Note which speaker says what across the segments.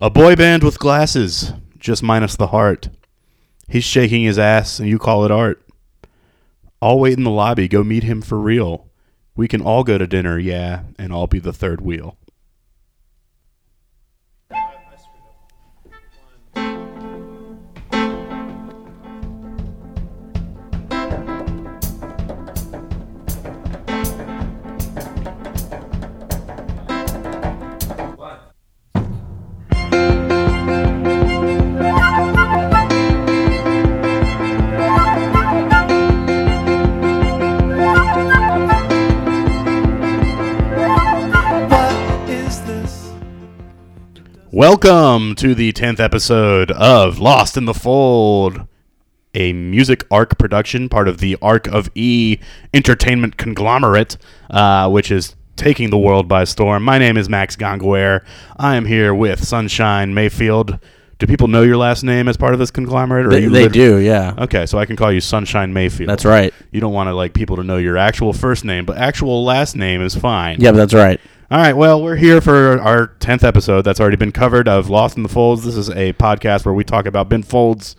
Speaker 1: A boy band with glasses, just minus the heart. He's shaking his ass, and you call it art. I'll wait in the lobby, go meet him for real. We can all go to dinner, yeah, and I'll be the third wheel.
Speaker 2: What is this?
Speaker 1: Welcome to the 10th episode of Lost in the Fold, a music arc production, part of the Arc of E entertainment conglomerate, uh, which is taking the world by storm. My name is Max Gonguer. I am here with Sunshine Mayfield. Do people know your last name as part of this conglomerate? Or are
Speaker 2: They,
Speaker 1: you
Speaker 2: they
Speaker 1: lit-
Speaker 2: do, yeah.
Speaker 1: Okay, so I can call you Sunshine Mayfield.
Speaker 2: That's right.
Speaker 1: You don't want to like people to know your actual first name, but actual last name is fine.
Speaker 2: Yeah, but that's right.
Speaker 1: All right, well, we're here for our 10th episode that's already been covered of Lost in the Folds. This is a podcast where we talk about Ben Folds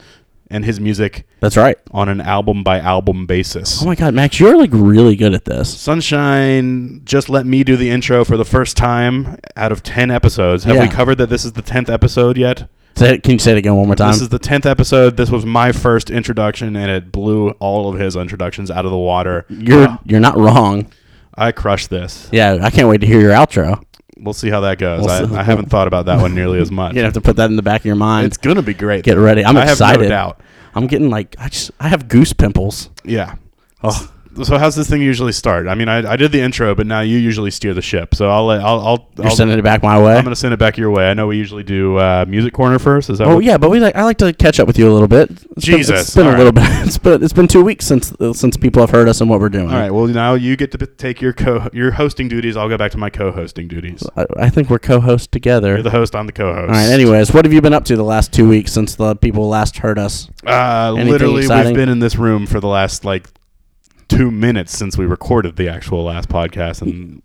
Speaker 1: and his music
Speaker 2: That's right.
Speaker 1: on an album by album basis.
Speaker 2: Oh my God, Max, you're like really good at this.
Speaker 1: Sunshine just let me do the intro for the first time out of 10 episodes. Have
Speaker 2: Yeah.
Speaker 1: we covered that this is the 10th episode yet?
Speaker 2: Say it- can you say it again one more time?
Speaker 1: This is the 10th episode. This was my first introduction, and it blew all of his introductions out of the water.
Speaker 2: you're
Speaker 1: Uh,
Speaker 2: you're not wrong.
Speaker 1: I crushed this.
Speaker 2: Yeah, I can't wait to hear your outro.
Speaker 1: We'll see how that goes.
Speaker 2: We'll
Speaker 1: I,
Speaker 2: see.
Speaker 1: I haven't thought about that one nearly as much.
Speaker 2: You're gonna have to put that in the back of your mind.
Speaker 1: It's going to be great.
Speaker 2: Get ready. I'm
Speaker 1: I have no
Speaker 2: excited.
Speaker 1: doubt.
Speaker 2: I'm getting like I just I have goose pimples.
Speaker 1: Yeah. Oh. So how's this thing usually start? I mean, I, I did the intro, but now you usually steer the ship. So I'll let- I'll I'll,
Speaker 2: You're
Speaker 1: I'll
Speaker 2: sending it back my way.
Speaker 1: I'm gonna send it back your way. I know we usually do uh, music corner first. Is that?
Speaker 2: Oh
Speaker 1: what-
Speaker 2: yeah, but we like I like to catch up with you a little bit. It's been-
Speaker 1: Jesus,
Speaker 2: it's been
Speaker 1: all
Speaker 2: a little bit. It's been it's been two weeks since since people have heard us and what we're doing.
Speaker 1: All right. Well, now you get to p- take your co your hosting duties. I'll go back to my co-hosting duties.
Speaker 2: I, I think we're co-hosts together.
Speaker 1: You're the host. I'm the co-host.
Speaker 2: All right. Anyways, what have you been up to the last two weeks since the people last heard us?
Speaker 1: Uh,
Speaker 2: Anything
Speaker 1: literally,
Speaker 2: exciting?
Speaker 1: we've been in this room for the last like two minutes since we recorded the actual last podcast, and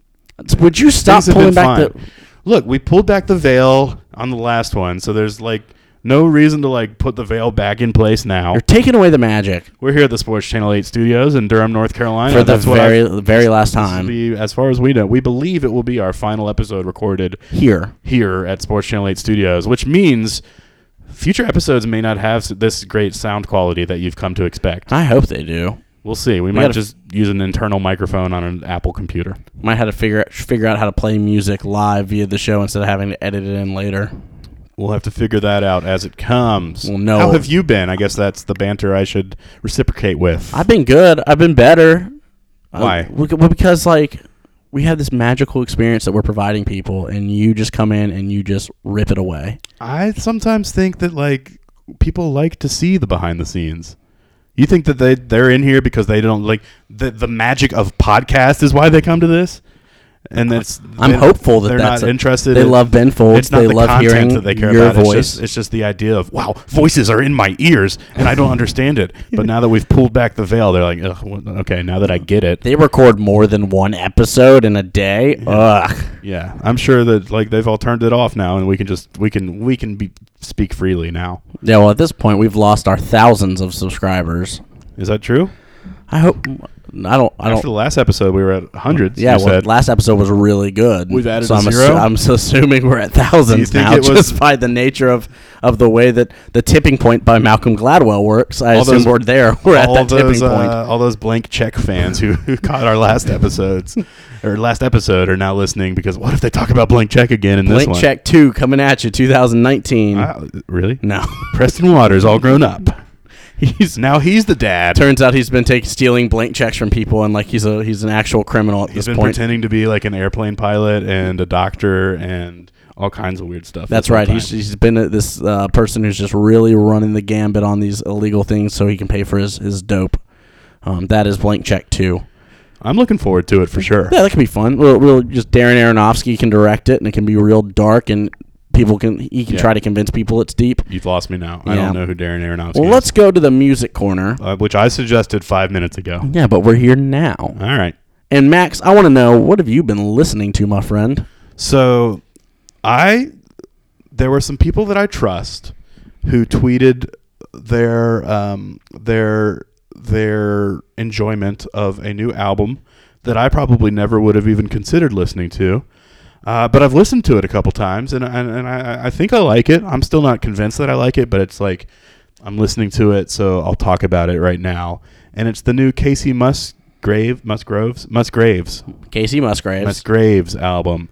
Speaker 2: Would you stop
Speaker 1: Things have
Speaker 2: pulling
Speaker 1: been
Speaker 2: back
Speaker 1: fine. Look, we pulled back the veil on the last one, so there's like no reason to like put the veil back in place now.
Speaker 2: the? You're taking away the magic
Speaker 1: We're here at the Sports Channel 8 studios in Durham, North Carolina.
Speaker 2: for the
Speaker 1: That's what I-
Speaker 2: very the very last
Speaker 1: this will
Speaker 2: time
Speaker 1: be, as far as we know, we believe it will be our final episode recorded
Speaker 2: here.
Speaker 1: here at Sports Channel 8 studios, which means future episodes may not have s- this great sound quality that you've come to expect.
Speaker 2: I hope they do.
Speaker 1: We'll see. We, might
Speaker 2: gotta-
Speaker 1: just use an internal microphone on an Apple computer.
Speaker 2: Might have to figure out, figure out how to play music live via the show instead of having to edit it in later.
Speaker 1: We'll have to figure that out as it comes.
Speaker 2: Well, no.
Speaker 1: How have you been? I guess that's the banter I should reciprocate with.
Speaker 2: I've been good. I've been better. Uh,
Speaker 1: Why?
Speaker 2: we- well, because like we have this magical experience that we're providing people, and you just come in and you just rip it away.
Speaker 1: I sometimes think that like people like to see the behind the scenes. You think that they they're in here because they don't like the the magic of podcast is why they come to this, and that's
Speaker 2: I'm
Speaker 1: they-
Speaker 2: hopeful that
Speaker 1: they're
Speaker 2: that's
Speaker 1: not
Speaker 2: a-
Speaker 1: interested.
Speaker 2: They
Speaker 1: in-
Speaker 2: love Ben Folds.
Speaker 1: It's not
Speaker 2: they
Speaker 1: the
Speaker 2: love
Speaker 1: content
Speaker 2: hearing
Speaker 1: that they care
Speaker 2: your
Speaker 1: about.
Speaker 2: voice.
Speaker 1: It's just, it's just the idea of wow, voices are in my ears and I don't understand it. But now that we've pulled back the veil, they're like, Ugh, what- okay, now that I get it,
Speaker 2: they record more than one episode in a day. Ugh.
Speaker 1: yeah, I'm sure that like they've all turned it off now, and we can just we can we can be, speak freely now.
Speaker 2: Yeah. Well, at this point, we've lost our thousands of subscribers.
Speaker 1: Is that true?
Speaker 2: I hope. I don't. I
Speaker 1: After
Speaker 2: don't.
Speaker 1: the last episode, we were at hundreds. you
Speaker 2: Yeah. Well,
Speaker 1: said.
Speaker 2: last episode was really good.
Speaker 1: We've added
Speaker 2: so
Speaker 1: a
Speaker 2: I'm
Speaker 1: zero?
Speaker 2: I'm s- assuming we're at
Speaker 1: Do you
Speaker 2: thousands
Speaker 1: think
Speaker 2: now,
Speaker 1: it was-
Speaker 2: just by the nature of of the way that the tipping point by Malcolm Gladwell works. I
Speaker 1: All
Speaker 2: assume
Speaker 1: those-
Speaker 2: we're there. We're at
Speaker 1: all
Speaker 2: that
Speaker 1: those,
Speaker 2: tipping point.
Speaker 1: uh, all those blank check fans who, who caught our last episodes or last episode are now listening because what if they talk about blank check again in this
Speaker 2: Blink
Speaker 1: one?
Speaker 2: Check Two coming at you, 2019.
Speaker 1: Wow, really?
Speaker 2: no.
Speaker 1: Preston Waters all grown up.
Speaker 2: He's
Speaker 1: Now he's the dad.
Speaker 2: Turns out he's been taking stealing blank checks from people, and like he's a he's an actual criminal at
Speaker 1: he's
Speaker 2: this
Speaker 1: been
Speaker 2: point.
Speaker 1: pretending to be like an airplane pilot and a doctor and all kinds of weird stuff.
Speaker 2: That's
Speaker 1: this whole
Speaker 2: right.
Speaker 1: time.
Speaker 2: He's, he's been a, this uh, person who's just really running the gambit on these illegal things so he can pay for his his dope. Um, that is blank check too.
Speaker 1: I'm looking forward to it for sure.
Speaker 2: Yeah, that can be fun. We'll, we'll just Darren Aronofsky can direct it, and it can be real dark, and people can he can
Speaker 1: Yeah.
Speaker 2: try to convince people it's deep.
Speaker 1: You've lost me now. I
Speaker 2: Yeah.
Speaker 1: don't know who Darren Aronofsky
Speaker 2: Well,
Speaker 1: is,
Speaker 2: let's go to the music corner.
Speaker 1: uh, which I suggested five minutes ago.
Speaker 2: Oh. Yeah, but we're here now.
Speaker 1: All right.
Speaker 2: And Max, I want to know what have you been listening to, my friend?
Speaker 1: So I there were some people that I trust who tweeted their um, their their enjoyment of a new album that I probably never would have even considered listening to. Uh, but I've listened to it a couple times, and and, and I, I think I like it. I'm still not convinced that I like it, but it's like I'm listening to it, so I'll talk about it right now. And it's the new Casey Musgrave, Musgroves, Musgraves,
Speaker 2: Casey Musgraves.
Speaker 1: Musgraves album.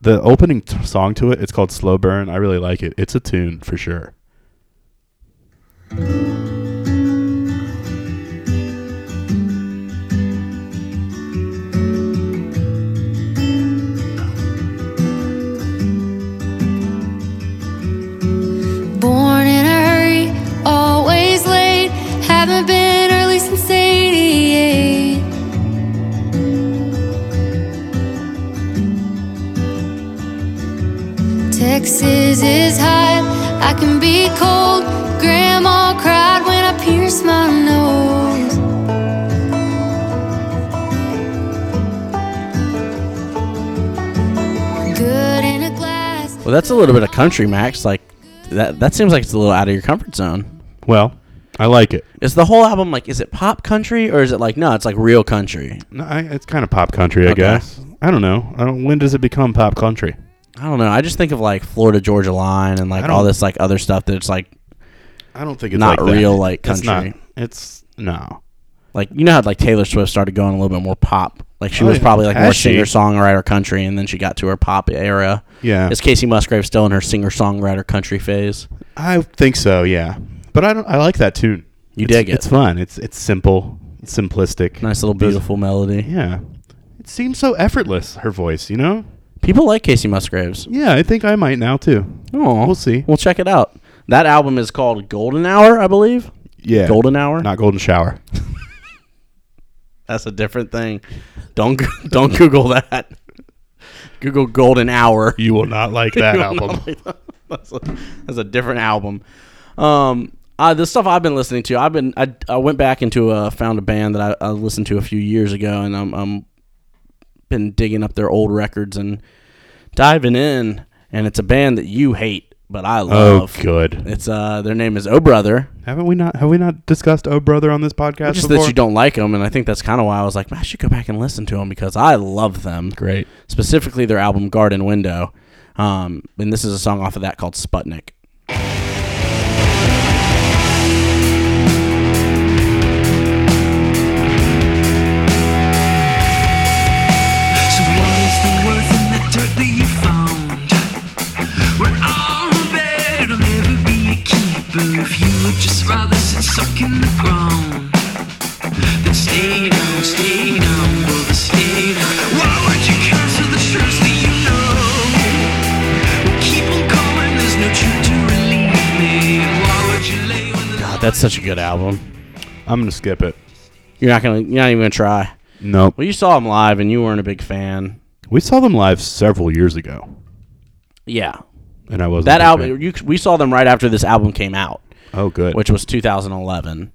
Speaker 1: The opening t- song to it, it's called Slow Burn. I really like it. It's a tune for sure.
Speaker 3: Born in a hurry, always late. Haven't been early since 88. Texas is hot, I can be cold. Grandma cried when I pierced my nose. Good in a glass.
Speaker 2: Well, that's a little bit of country, Max. Like that. That seems like it's a little out of your comfort zone.
Speaker 1: Well, I like it.
Speaker 2: Is the whole album like? Is it pop country or is it like? No, it's like real country.
Speaker 1: No, I, it's kind of pop country, I
Speaker 2: Okay.
Speaker 1: guess. I don't know. I don't, when does it become pop country?
Speaker 2: I don't know. I just think of like Florida Georgia Line and
Speaker 1: I
Speaker 2: like
Speaker 1: don't-
Speaker 2: all this like other stuff that's like
Speaker 1: I don't think it's
Speaker 2: Not
Speaker 1: like that.
Speaker 2: real, like,
Speaker 1: It's not-
Speaker 2: country.
Speaker 1: It's, no.
Speaker 2: like you know how like Taylor Swift started going a little bit more pop. Like she
Speaker 1: Oh,
Speaker 2: was
Speaker 1: yeah.
Speaker 2: probably like
Speaker 1: Has
Speaker 2: more
Speaker 1: she?
Speaker 2: singer songwriter country, and then she got to her pop era.
Speaker 1: Yeah,
Speaker 2: Is Casey Musgrave still in her singer songwriter country phase?
Speaker 1: I think so. Yeah, but I don't. I like that tune.
Speaker 2: You
Speaker 1: It's-
Speaker 2: dig it.
Speaker 1: It's fun. It's it's simple, it's simplistic.
Speaker 2: Nice little
Speaker 1: These-
Speaker 2: beautiful melody.
Speaker 1: Yeah, it seems so effortless. Her voice, you know.
Speaker 2: People like Casey Musgraves.
Speaker 1: Yeah, I think I might now too.
Speaker 2: Oh,
Speaker 1: We'll see.
Speaker 2: We'll check it out. That album is called Golden Hour, I believe.
Speaker 1: Yeah,
Speaker 2: Golden Hour.
Speaker 1: not golden shower.
Speaker 2: That's a different thing. Don't go- don't Google that. Google Golden Hour.
Speaker 1: You will not like that album.
Speaker 2: that's, a, that's a different album. Um, uh, the stuff I've been listening to, I've been I, I went back into uh, found a band that I, I listened to a few years ago, and I'm I'm been digging up their old records and diving in, and it's a band that you hate, but I
Speaker 1: Oh,
Speaker 2: love.
Speaker 1: good.
Speaker 2: It's uh, their name is Oh Brother.
Speaker 1: Haven't we not? Have we not discussed Oh Brother on this podcast
Speaker 2: Just
Speaker 1: before?
Speaker 2: that you don't like them, and I think that's kind of why I was like, "Man, I should go back and listen to them because I love them.
Speaker 1: Great.
Speaker 2: specifically their album Garden Window. Um, and this is a song off of that called Sputnik.
Speaker 4: So what is the worth in that dirt that you found? We're all in bed, it'll never be a keeper if you would just rather sit stuck in the ground. Then stay down, stay down, brother, stay down. Why would you cancel the shirts that you know? Well, keep on calling, there's no truth to relieve me. Why would you lay when the
Speaker 2: God, that's such a good album.
Speaker 1: I'm gonna skip it.
Speaker 2: You're not gonna, you're not even gonna try.
Speaker 1: Nope.
Speaker 2: Well, you saw them live, and you weren't a big fan.
Speaker 1: We saw them live several years ago,
Speaker 2: Yeah,
Speaker 1: and I wasn't a
Speaker 2: that
Speaker 1: big
Speaker 2: album.
Speaker 1: fan.
Speaker 2: You, we saw them right after this album came out,
Speaker 1: Oh, good.
Speaker 2: which was 2011.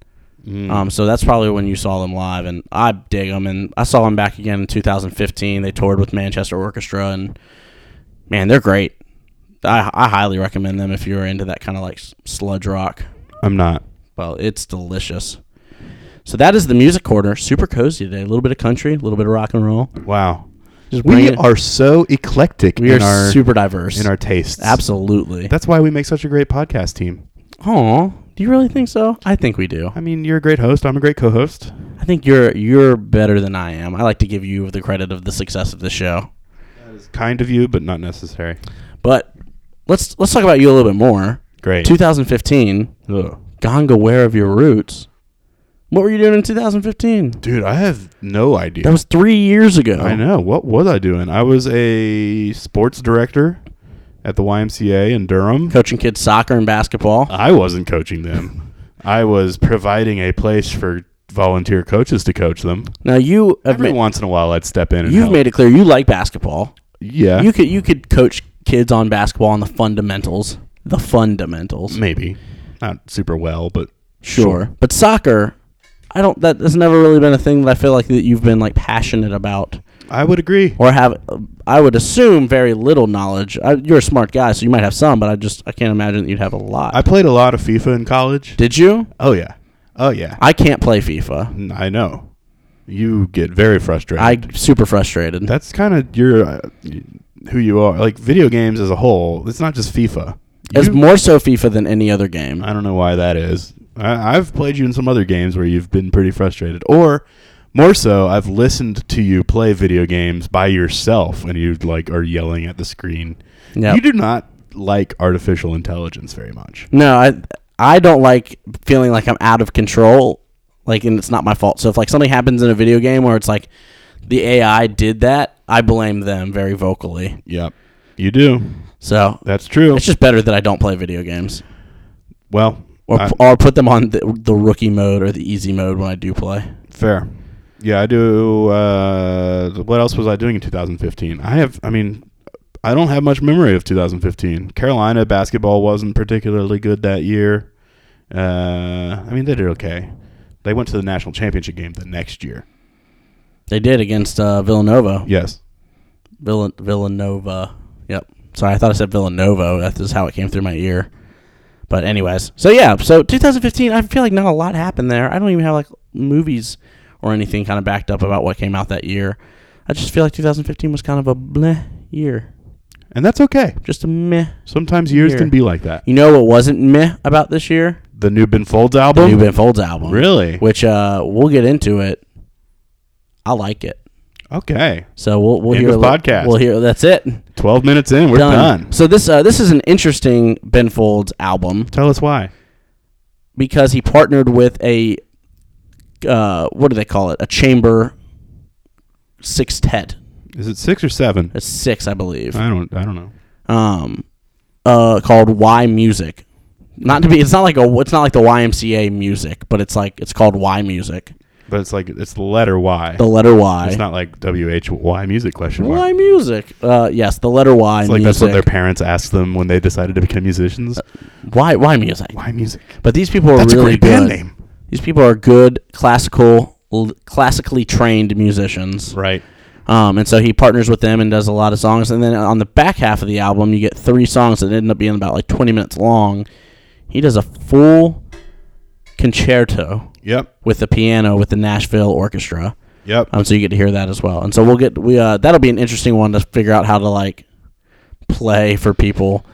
Speaker 1: Mm.
Speaker 2: Um, so that's probably when you saw them live, and I dig them. And I saw them back again in 2015. They toured with Manchester Orchestra, and man, they're great. I, I highly recommend them if you're into that kind of like s- sludge rock.
Speaker 1: I'm not.
Speaker 2: Well, it's delicious. So that is the music corner. Super cozy today. A little bit of country, a little bit of rock and roll.
Speaker 1: Wow.
Speaker 2: Just bring
Speaker 1: We
Speaker 2: it-
Speaker 1: are so eclectic
Speaker 2: we are
Speaker 1: in our
Speaker 2: super diverse.
Speaker 1: in our tastes.
Speaker 2: Absolutely.
Speaker 1: That's why we make such a great podcast team.
Speaker 2: Aw, do you really think so? I think we do.
Speaker 1: I mean, you're a great host. I'm a great co-host.
Speaker 2: I think you're you're better than I am. I like to give you the credit of the success of the show.
Speaker 1: Kind of you, but not necessary.
Speaker 2: But let's let's talk about you a little bit more.
Speaker 1: Great.
Speaker 2: 2015,
Speaker 1: Ugh.
Speaker 2: Ganga, where of your roots? What were you doing in 2015?
Speaker 1: Dude, I have no idea.
Speaker 2: That was three years ago.
Speaker 1: I know. What was I doing? I was a sports director at the YMCA in Durham.
Speaker 2: Coaching kids soccer and basketball.
Speaker 1: I wasn't coaching them. I was providing a place for volunteer coaches to coach them.
Speaker 2: Now you have
Speaker 1: Every
Speaker 2: made,
Speaker 1: once in a while, I'd step in and
Speaker 2: you've
Speaker 1: help.
Speaker 2: made it clear you like basketball.
Speaker 1: yeah,
Speaker 2: You could you could coach kids on basketball on the fundamentals, the fundamentals.
Speaker 1: maybe not super well, but
Speaker 2: Sure, but soccer, I don't. That has never really been a thing that I feel like that you've been like passionate about.
Speaker 1: I would agree.
Speaker 2: or have I would assume very little knowledge. I, you're a smart guy, so you might have some, but I just I can't imagine that you'd have a lot.
Speaker 1: I played a lot of FIFA in college.
Speaker 2: Did you?
Speaker 1: Oh yeah. Oh yeah.
Speaker 2: I can't play FIFA.
Speaker 1: N- I know. You get very frustrated.
Speaker 2: I super frustrated.
Speaker 1: That's kind of your uh, y- who you are. Like video games as a whole, it's not just FIFA.
Speaker 2: it's
Speaker 1: You-
Speaker 2: more so FIFA than any other game.
Speaker 1: I don't know why that is. I, I've played you in some other games where you've been pretty frustrated, or more so, I've listened to you play video games by yourself, and you like are yelling at the screen.
Speaker 2: Yep.
Speaker 1: You do not like artificial intelligence very much.
Speaker 2: No, I I don't like feeling like I'm out of control, like and it's not my fault. So if like something happens in a video game where it's like the AI did that, I blame them very vocally.
Speaker 1: Yep, you do.
Speaker 2: So
Speaker 1: That's true.
Speaker 2: it's just better that I don't play video games
Speaker 1: well,
Speaker 2: or
Speaker 1: I-
Speaker 2: or put them on the, the rookie mode or the easy mode when I do play.
Speaker 1: Fair. Yeah, I do. Uh, what else was I doing in 2015? I have. I mean, I don't have much memory of 2015. Carolina basketball wasn't particularly good that year. Uh, I mean, they did okay. They went to the national championship game the next year.
Speaker 2: They did against uh, Villanova.
Speaker 1: Yes.
Speaker 2: Vill- Villanova. Yep. Sorry, I thought I said Villanova. That is how it came through my ear. But anyways, so yeah, so 2015. I feel like not a lot happened there. I don't even have like movies or anything kind of backed up about what came out that year. I just feel like 2015 was kind of a bleh year,
Speaker 1: And that's okay.
Speaker 2: just a meh.
Speaker 1: Sometimes years
Speaker 2: Year.
Speaker 1: can be like that.
Speaker 2: You know what wasn't meh about this year?
Speaker 1: The new Ben Folds
Speaker 2: The
Speaker 1: album.
Speaker 2: new Ben Folds album,
Speaker 1: Really?
Speaker 2: Which uh, we'll get into it. I like it.
Speaker 1: okay.
Speaker 2: So we'll we'll
Speaker 1: End
Speaker 2: hear
Speaker 1: of
Speaker 2: a li-
Speaker 1: podcast.
Speaker 2: We'll hear that's it.
Speaker 1: 12 minutes in, we're done.
Speaker 2: So this uh, this is an interesting Ben Folds album
Speaker 1: Tell us why.
Speaker 2: because he partnered with a uh, what do they call it? A chamber sextet.
Speaker 1: Is it six or seven?
Speaker 2: It's six, I believe.
Speaker 1: I don't. I don't know.
Speaker 2: Um, uh, called Y Music. Not to be. It's not like a. It's not like the YMCA music, but it's like it's called Y Music.
Speaker 1: But it's like it's the letter Y.
Speaker 2: The letter Y.
Speaker 1: It's not like W H Y music question mark.
Speaker 2: Y Music. Uh, yes, the letter Y.
Speaker 1: It's like that's
Speaker 2: music.
Speaker 1: what their parents asked them when they decided to become musicians.
Speaker 2: Why Y Music?
Speaker 1: Why music?
Speaker 2: But these people are
Speaker 1: That's a
Speaker 2: really
Speaker 1: great band
Speaker 2: good.
Speaker 1: name.
Speaker 2: These people are good classical, l- classically trained musicians.
Speaker 1: Right.
Speaker 2: Um, and so he partners with them and does a lot of songs. And then on the back half of the album, you get three songs that end up being about like 20 minutes long. He does a full concerto
Speaker 1: Yep.
Speaker 2: with the piano with the Nashville Orchestra.
Speaker 1: Yep.
Speaker 2: Um, so you get to hear that as well. And so we'll get we uh, that'll be an interesting one to figure out how to like play for people.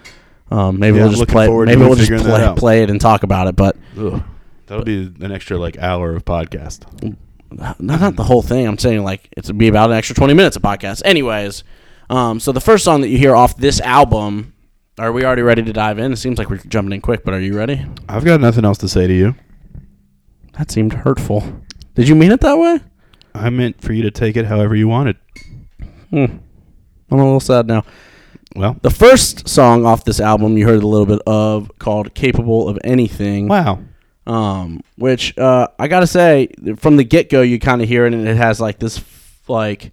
Speaker 2: Um, maybe
Speaker 1: Yeah, I'm
Speaker 2: we'll just
Speaker 1: looking
Speaker 2: play.
Speaker 1: forward to
Speaker 2: Maybe we'll just
Speaker 1: figuring that
Speaker 2: play,
Speaker 1: out.
Speaker 2: play it and talk about it. But
Speaker 1: Ugh. That'll be an extra like hour of podcast.
Speaker 2: not, not the whole thing. I'm saying like it's be about an extra 20 minutes of podcast. Anyways, um, so the first song that you hear off this album, are we already ready to dive in? It seems like we're jumping in quick, but are you ready?
Speaker 1: I've got nothing else to say to you.
Speaker 2: That seemed hurtful. Did you mean it that way?
Speaker 1: I meant for you to take it however you wanted.
Speaker 2: Hmm. I'm a little sad now.
Speaker 1: Well,
Speaker 2: The first song off this album you heard a little bit of called "Capable of Anything."
Speaker 1: wow.
Speaker 2: um, which uh, I gotta say, from the get go, you kind of hear it, and it has like this, f- like,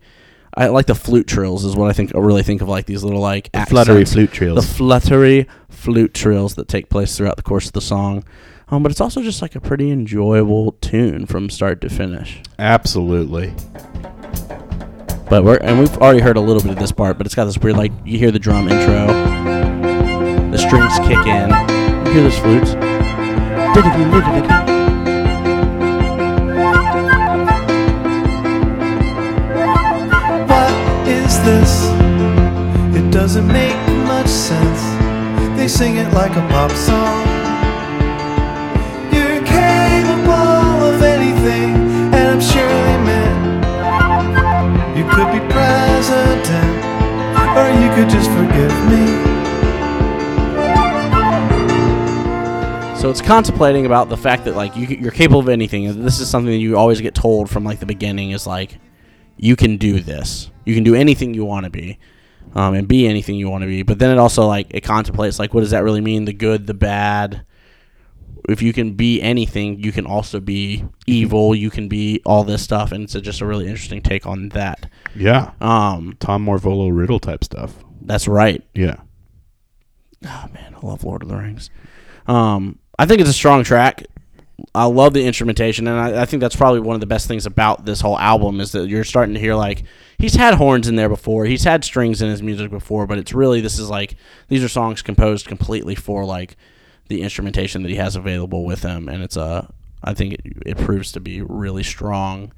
Speaker 2: I like the flute trills is what I think. I really think of like these little like
Speaker 1: fluttery
Speaker 2: accents.
Speaker 1: flute trills.
Speaker 2: the fluttery flute trills that take place throughout the course of the song. Um, but it's also just like a pretty enjoyable tune from start to finish.
Speaker 1: Absolutely.
Speaker 2: But we're and we've already heard a little bit of this part, but it's got this weird like you hear the drum intro, the strings kick in, you hear those flutes.
Speaker 5: What is this? It doesn't make much sense. They sing it like a pop song. You're capable of anything, and I'm sure they meant you could be president, or you could just forgive me.
Speaker 2: So it's contemplating about the fact that like you, you're capable of anything. and This is something that you always get told from like the beginning is like you can do this. You can do anything you want to be, um, and be anything you want to be. But then it also like it contemplates like what does that really mean? The good, the bad. If you can be anything, you can also be evil. You can be all this stuff, and it's a, just a really interesting take on that.
Speaker 1: Yeah.
Speaker 2: Um,
Speaker 1: Tom Morvolo riddle type stuff.
Speaker 2: that's right.
Speaker 1: Yeah.
Speaker 2: Oh man, I love Lord of the Rings. Um, I think it's a strong track. I love the instrumentation, and I, I think that's probably one of the best things about this whole album is that you're starting to hear like he's had horns in there before, he's had strings in his music before, but it's really this is like these are songs composed completely for like the instrumentation that he has available with him, and it's uh, I think it, it proves to be really strong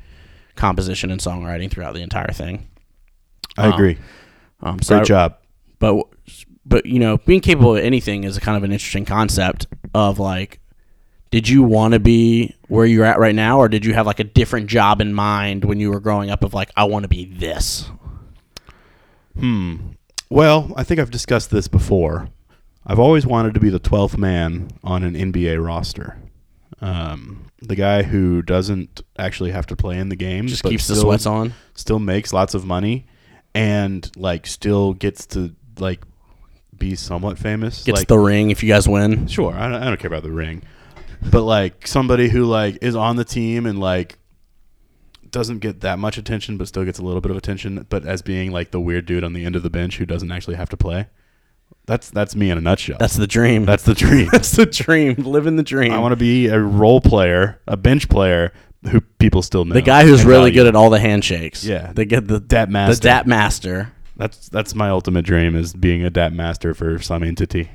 Speaker 2: composition and songwriting throughout the entire thing.
Speaker 1: I agree.
Speaker 2: Um, uh, so
Speaker 1: Great
Speaker 2: I-
Speaker 1: job.
Speaker 2: but but you know being capable of anything is a kind of an interesting concept of like did you want to be where you're at right now or did you have like a different job in mind when you were growing up of like i want to be this
Speaker 1: Well, I think I've discussed this before. I've always wanted to be the 12th man on an NBA roster. Um, the guy who doesn't actually have to play in the game,
Speaker 2: just
Speaker 1: but
Speaker 2: keeps the
Speaker 1: still-
Speaker 2: sweats on
Speaker 1: still makes lots of money, and like still gets to like be somewhat famous.
Speaker 2: gets
Speaker 1: like,
Speaker 2: the ring if you guys win
Speaker 1: Sure, I don't, I don't care about the ring, but like somebody who like is on the team and like doesn't get that much attention, but still gets a little bit of attention, but as being like the weird dude on the end of the bench who doesn't actually have to play. That's that's me in a nutshell.
Speaker 2: that's the dream
Speaker 1: that's the dream.
Speaker 2: that's the dream living the dream
Speaker 1: I want to be a role player, a bench player who people still know.
Speaker 2: the guy who's really good at all the handshakes
Speaker 1: Yeah.
Speaker 2: they get the
Speaker 1: Dap master.
Speaker 2: the dap master
Speaker 1: That's that's my ultimate dream is being a dap master for some entity.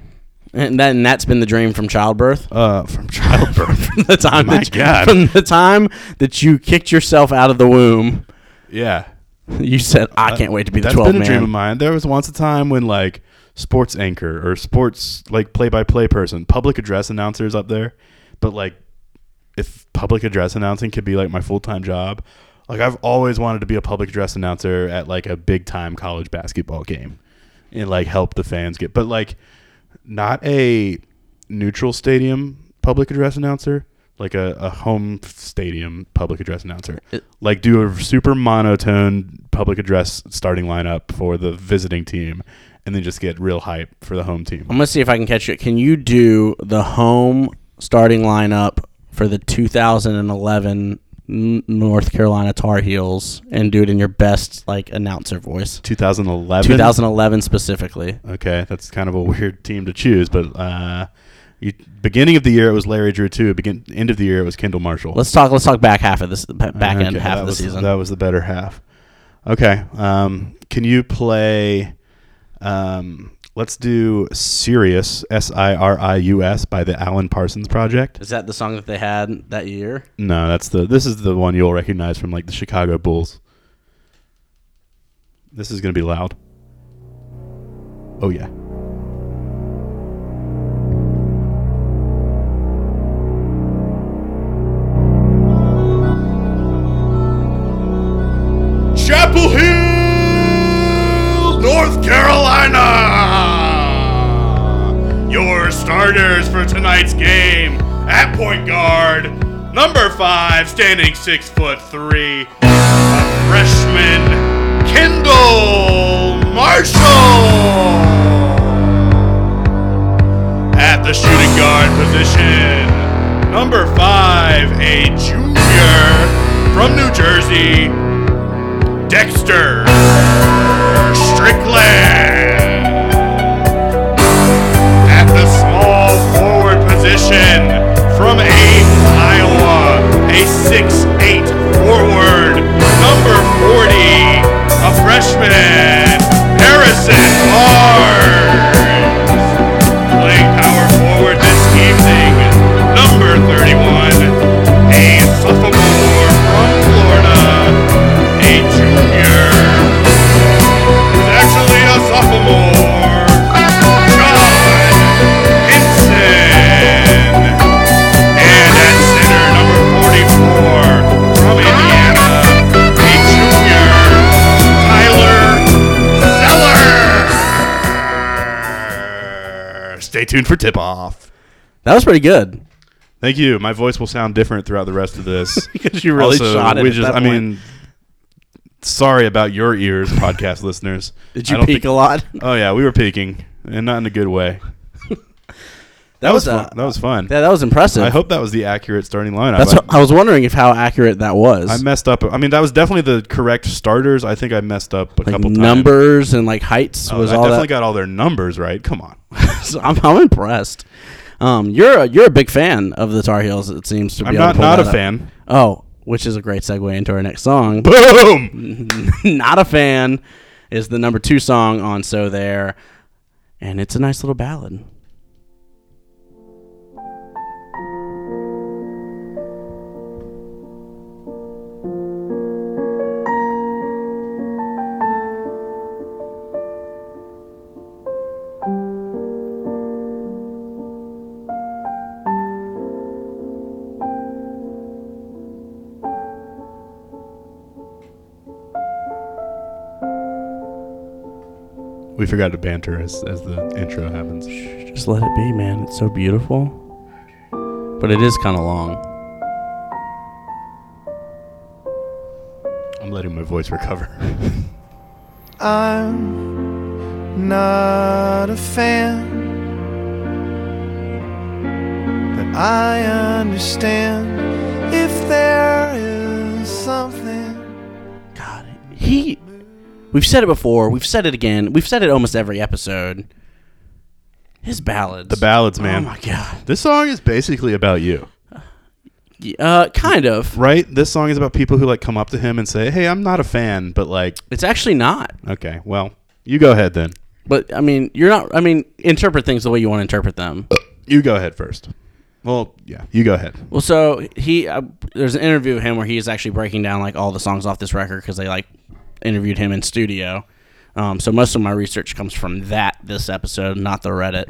Speaker 2: and, that, and that's been the dream from childbirth
Speaker 1: Uh, from childbirth.
Speaker 2: the time
Speaker 1: My
Speaker 2: that you-
Speaker 1: God.
Speaker 2: from the time that you kicked yourself out of the womb
Speaker 1: yeah,
Speaker 2: You said I can't wait to be the
Speaker 1: that's
Speaker 2: 12
Speaker 1: been a
Speaker 2: man.
Speaker 1: dream of mine. There was once a time when like sports anchor or sports like play by play person, public address announcers up there, but like if public address announcing could be like my full time job, like I've always wanted to be a public address announcer at like a big time college basketball game and like help the fans get, but like not a neutral stadium public address announcer, like a, a home stadium public address announcer.
Speaker 2: It-
Speaker 1: like do a super monotone public address starting lineup for the visiting team and then just get real hype for the home team.
Speaker 2: I'm gonna see if I can catch it. Can you do the home starting lineup for the 2011 N- North Carolina Tar Heels and do it in your best like announcer voice?
Speaker 1: 2011.
Speaker 2: 2011 specifically.
Speaker 1: Okay, that's kind of a weird team to choose, but uh, you, beginning of the year it was Larry Drew too. Begin end of the year it was Kendall Marshall.
Speaker 2: Let's talk. Let's talk back half of this. ba- Back end
Speaker 1: Okay,
Speaker 2: half
Speaker 1: that
Speaker 2: of the
Speaker 1: was,
Speaker 2: season.
Speaker 1: That was the better half. Okay. Um, can you play? Um, let's do Sirius S I R I U S by the Alan Parsons Project.
Speaker 2: Is that the song that they had that year?
Speaker 1: No, that's the. This is the one you'll recognize from like the Chicago Bulls. This is gonna be loud. Oh yeah. Chapel Hill, North Carolina. Your starters for tonight's game at point guard, number five, standing six foot three, a freshman, Kendall Marshall. At the shooting guard position, number five, a junior from New Jersey, Dexter Strickland. At the small forward position from Ames, Iowa, a 6'8 forward, number 40, a freshman, Harrison Barnes. Playing power forward this evening, number 31, a sophomore from Florida, a junior, who's actually a sophomore, John Henson. And at center, number 44, from Indiana, a junior, Tyler Zeller. Stay tuned for tip off.
Speaker 2: That was pretty good.
Speaker 1: Thank you. My voice will sound different throughout the rest of this
Speaker 2: Because you really
Speaker 1: also,
Speaker 2: shot it.
Speaker 1: we
Speaker 2: at
Speaker 1: just-
Speaker 2: that
Speaker 1: I
Speaker 2: point.
Speaker 1: mean, sorry about your ears, podcast listeners.
Speaker 2: did
Speaker 1: I
Speaker 2: you
Speaker 1: don't
Speaker 2: peak
Speaker 1: think-
Speaker 2: a lot?
Speaker 1: Oh yeah, we were peaking, and not in a good way.
Speaker 2: That was
Speaker 1: fun.
Speaker 2: uh,
Speaker 1: that was fun.
Speaker 2: yeah, that was impressive.
Speaker 1: I hope that was the accurate starting lineup.
Speaker 2: That's.
Speaker 1: I,
Speaker 2: what- I was wondering if how accurate that was.
Speaker 1: I messed up. I mean, that was definitely the correct starters. I think I messed up a
Speaker 2: like
Speaker 1: couple times.
Speaker 2: numbers and like heights
Speaker 1: Oh,
Speaker 2: was
Speaker 1: I
Speaker 2: all
Speaker 1: definitely
Speaker 2: that.
Speaker 1: got all their numbers right. Come on.
Speaker 2: So I'm, I'm impressed. Um, you're a, you're a big fan of the Tar Heels. It seems to be.
Speaker 1: I'm
Speaker 2: able to
Speaker 1: not
Speaker 2: pull
Speaker 1: not a
Speaker 2: that up.
Speaker 1: fan.
Speaker 2: Oh, which is a great segue into our next song.
Speaker 1: Boom.
Speaker 2: not a fan is the number two song on So There, and it's a nice little ballad.
Speaker 1: We forgot to banter as, as the intro happens.
Speaker 2: Just let it be, man. It's so beautiful. But it is kind of long.
Speaker 1: I'm letting my voice recover.
Speaker 5: I'm not a fan, but I understand if there is something.
Speaker 2: God, he. We've said it before. We've said it again. We've said it almost every episode. His ballads.
Speaker 1: the ballads, man.
Speaker 2: Oh my god.
Speaker 1: This song is basically about you,
Speaker 2: Y- Uh, kind of.
Speaker 1: right? This song is about people who like come up to him and say, "Hey, I'm not a fan," but like,
Speaker 2: It's actually not.
Speaker 1: okay, well, you go ahead then.
Speaker 2: But I mean, you're not. I mean, interpret things the way you want to interpret them.
Speaker 1: You go ahead first. Well, yeah, you go ahead.
Speaker 2: Well, so he uh, there's an interview of him where he's actually breaking down like all the songs off this record because they like interviewed him in studio. Um, so most of my research comes from that this episode, not the Reddit.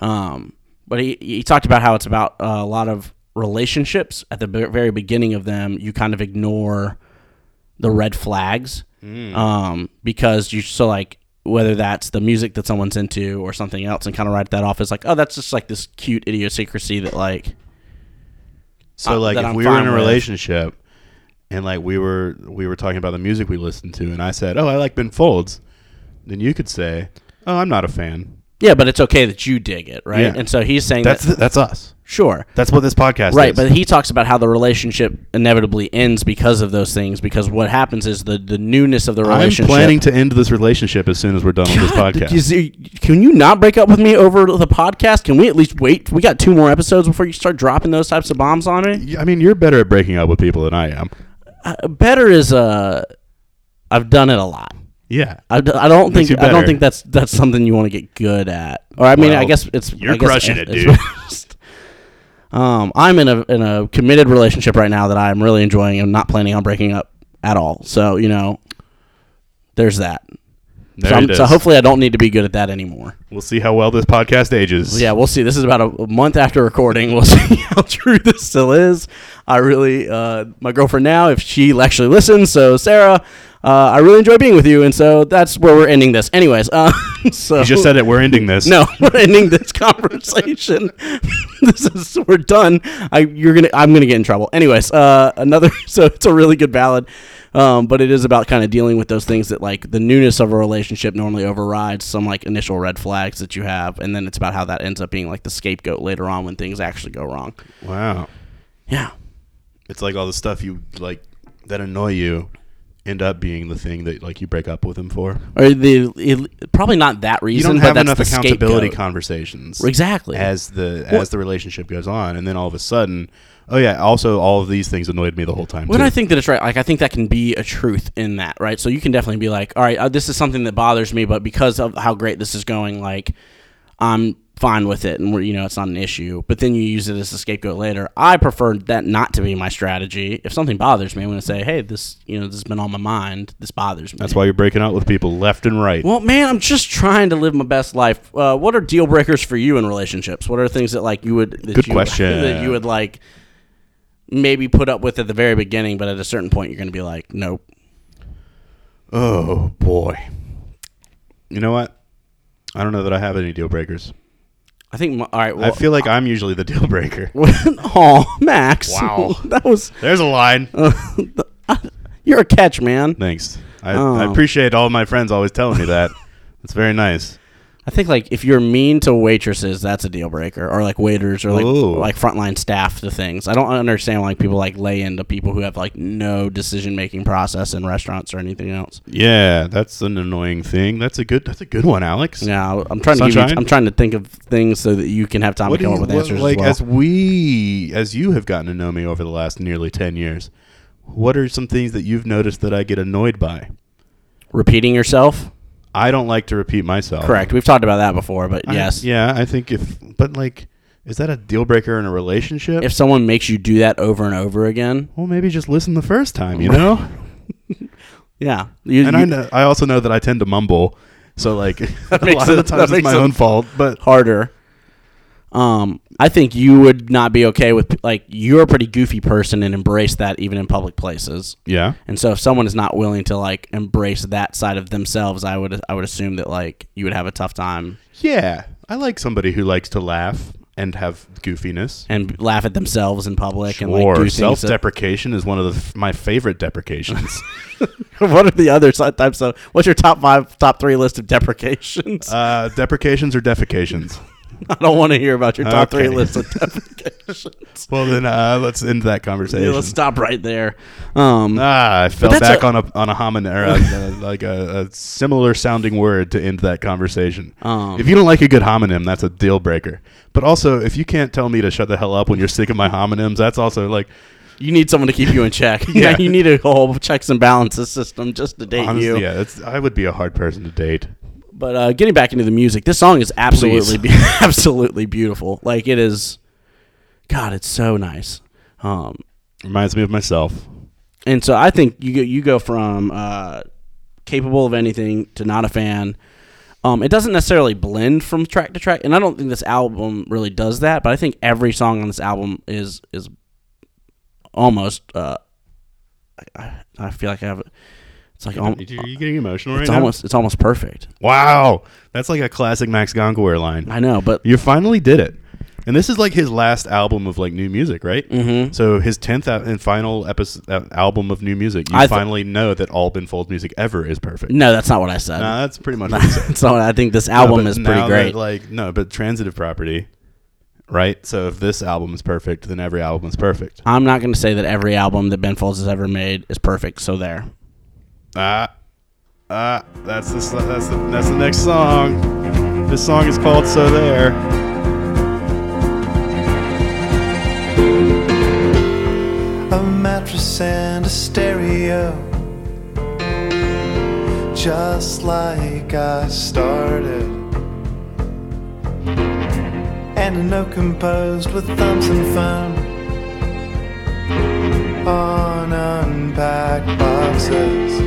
Speaker 2: Um, but he he talked about how it's about uh, a lot of relationships at the be- very beginning of them. You kind of ignore the red flags um, because you so like whether that's the music that someone's into or something else and kind of write that off as like oh that's just like this cute idiosyncrasy that like
Speaker 1: So
Speaker 2: Uh,
Speaker 1: like
Speaker 2: that
Speaker 1: if
Speaker 2: I'm
Speaker 1: we were
Speaker 2: fine
Speaker 1: in a
Speaker 2: with.
Speaker 1: relationship and like we were we were talking about the music we listened to and I said, "Oh, I like Ben Folds." Then you could say, "Oh, I'm not a fan."
Speaker 2: Yeah, but it's okay that you dig it, right?
Speaker 1: Yeah.
Speaker 2: And so he's saying
Speaker 1: That's
Speaker 2: that,
Speaker 1: that's us.
Speaker 2: sure.
Speaker 1: That's what this podcast
Speaker 2: Right,
Speaker 1: is.
Speaker 2: but he talks about how the relationship inevitably ends because of those things. Because what happens is the, the newness of the
Speaker 1: I'm
Speaker 2: relationship.
Speaker 1: planning to end this relationship as soon as we're done with this
Speaker 2: God,
Speaker 1: podcast.
Speaker 2: is there- can you not break up with me over the podcast? Can we at least wait? We got two more episodes before you start dropping those types of bombs on me.
Speaker 1: Y- I mean, you're better at breaking up with people than I am.
Speaker 2: Uh, Better is uh, I've done it a lot.
Speaker 1: Yeah.
Speaker 2: I, d- I don't
Speaker 1: Makes
Speaker 2: think
Speaker 1: you
Speaker 2: I don't
Speaker 1: better.
Speaker 2: think that's that's something you want to get good at. Or I mean, I
Speaker 1: Well,
Speaker 2: guess it's
Speaker 1: you're
Speaker 2: I guess
Speaker 1: crushing
Speaker 2: it's-
Speaker 1: it,
Speaker 2: it's
Speaker 1: dude.
Speaker 2: best. um, I'm in a in a committed relationship right now that I'm really enjoying and not planning on breaking up at all. So you know, there's that.
Speaker 1: There
Speaker 2: so, I'm-
Speaker 1: it
Speaker 2: so
Speaker 1: is.
Speaker 2: hopefully I don't need to be good at that anymore.
Speaker 1: we'll see how well this podcast ages.
Speaker 2: Yeah, we'll see. This is about a, a month after recording. We'll see how true this still is. I really, uh, my girlfriend now, if she actually listens, so Sarah, uh, I really enjoy being with you, and so that's where we're ending this. Anyways, uh, so
Speaker 1: You just said it. We're ending this.
Speaker 2: No, we're ending this conversation. this is we're done. I you're gonna I'm gonna get in trouble. Anyways, uh, another so it's a really good ballad, um, but it is about kind of dealing with those things that like the newness of a relationship normally overrides some like initial red flags that you have, and then it's about how that ends up being like the scapegoat later on when things actually go wrong.
Speaker 1: Wow.
Speaker 2: Yeah.
Speaker 1: It's like all the stuff you like that annoy you end up being the thing that like you break up with them for.
Speaker 2: Or the it, probably not that
Speaker 1: You
Speaker 2: reason.
Speaker 1: don't
Speaker 2: but
Speaker 1: have
Speaker 2: that's
Speaker 1: enough
Speaker 2: the
Speaker 1: accountability
Speaker 2: scapegoat.
Speaker 1: conversations.
Speaker 2: exactly.
Speaker 1: As the
Speaker 2: Well-
Speaker 1: as the relationship goes on and then all of a sudden, oh yeah, also all of these things annoyed me the whole time.
Speaker 2: When
Speaker 1: too.
Speaker 2: I think that it's right, like I think that can be a truth in that, right? So you can definitely be like, all right, uh, this is something that bothers me, but because of how great this is going, like I'm fine with it, and we're, you know it's not an issue. But then you use it as a scapegoat later. I prefer that not to be my strategy. If something bothers me, I'm going to say, hey, this you know this has been on my mind. This bothers me.
Speaker 1: that's why you're breaking up with people left and right.
Speaker 2: Well, man, I'm just trying to live my best life. Uh, what are deal breakers for you in relationships? What are things that like you would that
Speaker 1: Good
Speaker 2: you,
Speaker 1: question.
Speaker 2: that you would like maybe put up with at the very beginning, but at a certain point you're going to be like, nope.
Speaker 1: oh boy. You know what? I don't know that I have any deal breakers.
Speaker 2: I think my, all right. Well,
Speaker 1: I feel like I'm usually the deal breaker.
Speaker 2: oh, Max.
Speaker 1: Wow.
Speaker 2: that was
Speaker 1: There's a line.
Speaker 2: Uh. you're a catch, man.
Speaker 1: Thanks. I,
Speaker 2: Oh.
Speaker 1: I appreciate all my friends always telling me that. It's very nice.
Speaker 2: I think like if you're mean to waitresses, that's a deal breaker, or like waiters, or like
Speaker 1: Ooh.
Speaker 2: like frontline staff to things. I don't understand like people like lay into people who have like no decision making process in restaurants or anything else.
Speaker 1: Yeah, that's an annoying thing. That's a good. That's a good one, Alex.
Speaker 2: Yeah, I'm trying to give you,
Speaker 1: Sunshine?
Speaker 2: I'm trying to think of things so that you can have time
Speaker 1: What
Speaker 2: to
Speaker 1: do
Speaker 2: come
Speaker 1: you,
Speaker 2: up with
Speaker 1: what-
Speaker 2: answers.
Speaker 1: like
Speaker 2: as
Speaker 1: as
Speaker 2: well.
Speaker 1: we as you have gotten to know me over the last nearly ten years? What are some things that you've noticed that I get annoyed by?
Speaker 2: repeating yourself.
Speaker 1: I don't like to repeat myself.
Speaker 2: Correct. We've talked about that before, but
Speaker 1: I-
Speaker 2: yes,
Speaker 1: Yeah, I think if but like, is that a deal breaker in a relationship?
Speaker 2: if someone makes you do that over and over again,
Speaker 1: well, maybe just listen the first time, you know.
Speaker 2: yeah, you,
Speaker 1: and
Speaker 2: you-
Speaker 1: I know, I also know that I tend to mumble, so like a
Speaker 2: makes
Speaker 1: lot of the
Speaker 2: it- that
Speaker 1: times it's
Speaker 2: makes
Speaker 1: my
Speaker 2: it-
Speaker 1: own fault. But
Speaker 2: harder. Um, I think you would not be okay with like you're a pretty goofy person and embrace that even in public places.
Speaker 1: yeah,
Speaker 2: And so if someone is not willing to like embrace that side of themselves, I would I would assume that like you would have a tough time
Speaker 1: yeah, I like somebody who likes to laugh and have goofiness.
Speaker 2: and laugh at themselves in public and like do
Speaker 1: or
Speaker 2: things that-
Speaker 1: self-deprecation is one of the, f- my favorite deprecations.
Speaker 2: what are the other si- types of what's your top five top three list of deprecations?
Speaker 1: uh, deprecations or defecations.
Speaker 2: I don't want to hear about your top three
Speaker 1: okay.
Speaker 2: list of deprecations.
Speaker 1: Well, then uh, let's end that
Speaker 2: Yeah,
Speaker 1: conversation.
Speaker 2: let's stop right there. Um,
Speaker 1: Ah, I fell
Speaker 2: that's
Speaker 1: back
Speaker 2: a-
Speaker 1: on a on a homin or a, a- like a, a similar sounding word to end that conversation.
Speaker 2: Um,
Speaker 1: if you don't like a good homonym, that's a deal breaker. But also, if you can't tell me to shut the hell up when you're sick of my homonyms, that's also like
Speaker 2: you need someone to keep you in check. yeah.
Speaker 1: Yeah.
Speaker 2: you need a whole checks and balances system just to date
Speaker 1: honestly,
Speaker 2: you.
Speaker 1: yeah, that's I would be a hard person to date.
Speaker 2: But uh, getting back into the music, this song is absolutely
Speaker 1: Please.
Speaker 2: be- absolutely beautiful. Like it is, God, it's so nice. Um,
Speaker 1: Reminds me of myself.
Speaker 2: and so I think you go, you go from uh, capable of anything to not a fan. Um, it doesn't necessarily blend from track to track, and I don't think this album really does that. But I think every song on this album is is almost. Uh, I, I- I feel like I have. It's like al-
Speaker 1: Are you, are you getting emotional right
Speaker 2: Um, it's
Speaker 1: now?
Speaker 2: almost it's almost perfect.
Speaker 1: wow, that's like a classic Max Gonkaware line.
Speaker 2: I know, but
Speaker 1: You finally did it. And this is like his last album of like new music, right? Mm-hmm. So his tenth and final episode uh, album of new music. You
Speaker 2: I th-
Speaker 1: finally know that all Ben Folds music ever is perfect.
Speaker 2: no, that's not what I said.
Speaker 1: Nah, that's pretty much what he said.
Speaker 2: so I think this
Speaker 1: No,
Speaker 2: album
Speaker 1: but
Speaker 2: is pretty
Speaker 1: now
Speaker 2: great.
Speaker 1: that, like no, but transitive property, right? So if this album is perfect, then every album is perfect.
Speaker 2: I'm not going to say that every album that Ben Folds has ever made is perfect. So there.
Speaker 1: Ah, ah, that's the sl- that's the that's the next song. This song is called "So There."
Speaker 5: a mattress and a stereo. Just like I started. And a note composed with thumbs and phone on unpacked boxes.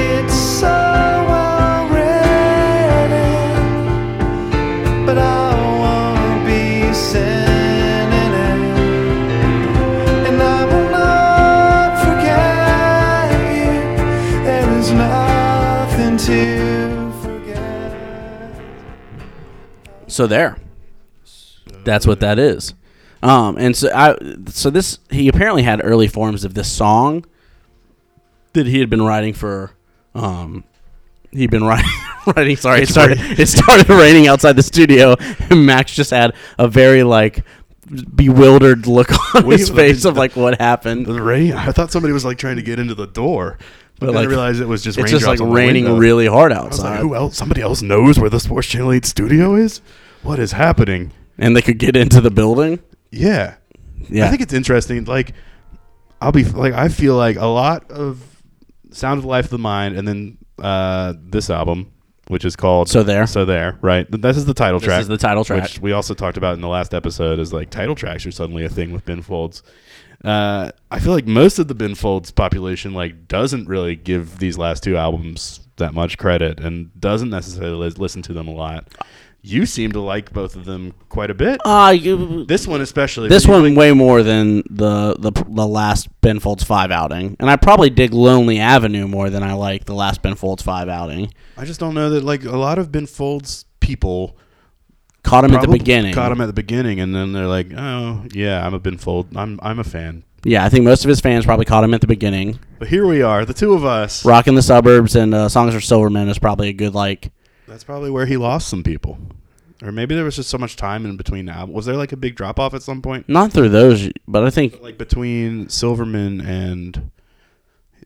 Speaker 5: It's so well written, but I won't be sending it. And I will not forget you. There is nothing to forget.
Speaker 2: So there. That's what that is. Um, and so I so this he apparently had early forms of this song that he had been writing for um he'd been writing writing sorry it started it started raining outside the studio and Max just had a very like bewildered look on
Speaker 1: We-
Speaker 2: his face of like what happened.
Speaker 1: The rain. I thought somebody was like trying to get into the door, but, then
Speaker 2: like,
Speaker 1: I realized it was just
Speaker 2: It's just
Speaker 1: raindrops
Speaker 2: like
Speaker 1: on the
Speaker 2: raining
Speaker 1: window.
Speaker 2: really hard
Speaker 1: I was like,
Speaker 2: outside.
Speaker 1: who else? Somebody else knows where the Sports Channel 8 studio is? What is happening?
Speaker 2: and they could get into the building.
Speaker 1: Yeah.
Speaker 2: Yeah.
Speaker 1: I think it's interesting. Like, I'll be like, I feel like a lot of Sound of Life of the Mind and then uh, this album, which is called
Speaker 2: So There.
Speaker 1: So There, right? Th- This is the title track.
Speaker 2: is the title track.
Speaker 1: Which we also talked about in the last episode is like title tracks are suddenly a thing with Ben Folds. Uh, I feel like most of the Ben Folds population like doesn't really give these last two albums that much credit and doesn't necessarily listen to them a lot. You seem to like both of them quite a bit.
Speaker 2: Ah, you,
Speaker 1: This one especially.
Speaker 2: This
Speaker 1: What do
Speaker 2: one way more than the, the the last Ben Folds five outing, and I probably dig Lonely Avenue more than I like the last Ben Folds five outing.
Speaker 1: you- I just don't know that like a lot of Ben Folds people
Speaker 2: Caught him at
Speaker 1: probably
Speaker 2: the beginning.
Speaker 1: caught him at the beginning and then they're like, oh yeah, I'm a Ben Fold. I'm I'm a fan.
Speaker 2: Yeah, I think most of his fans probably caught him at the beginning.
Speaker 1: But here we are, the two of us.
Speaker 2: Rock in the suburbs and uh, songs for Silverman is probably a good like
Speaker 1: That's probably where he lost some people. Or maybe there was just so much time in between albums. Was there like a big drop off at some point?
Speaker 2: Not through those, but I think
Speaker 1: Like between Silverman and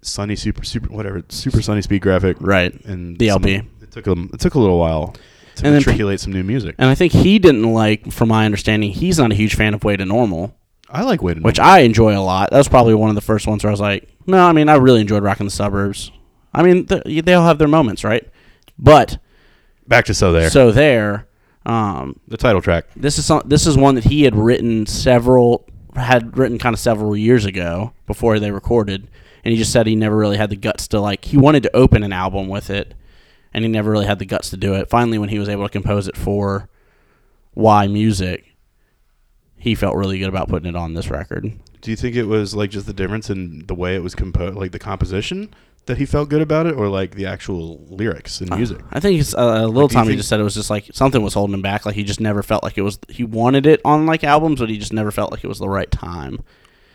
Speaker 1: Sunny Super Super whatever Super Sunny Speed Graphic
Speaker 2: right.
Speaker 1: and
Speaker 2: The
Speaker 1: some-
Speaker 2: LP.
Speaker 1: It took him. It took a little while to
Speaker 2: And then-
Speaker 1: matriculate some new music.
Speaker 2: And I think he didn't like, from my understanding, he's not a huge fan of Way to Normal,
Speaker 1: I like waiting.
Speaker 2: which I enjoy a lot. That was probably one of the first ones where I was like, no, I mean, I really enjoyed Rockin' the Suburbs. I mean, th- they all have their moments, right? But
Speaker 1: back to so there.
Speaker 2: so there, um,
Speaker 1: the title track.
Speaker 2: this is some, this is one that he had written several had written kind of several years ago before they recorded, and he just said he never really had the guts to like he wanted to open an album with it, and he never really had the guts to do it. Finally, when he was able to compose it for Why Music, he felt really good about putting it on this record.
Speaker 1: Do you think it was like just the difference in the way it was composed, like the composition that he felt good about it, or like the actual lyrics and music?
Speaker 2: I think it's, uh, a little
Speaker 1: Like, do you
Speaker 2: time he
Speaker 1: think-
Speaker 2: just said it was just like something was holding him back. Like he just never felt like it was. He wanted it on like albums, but he just never felt like it was the right time.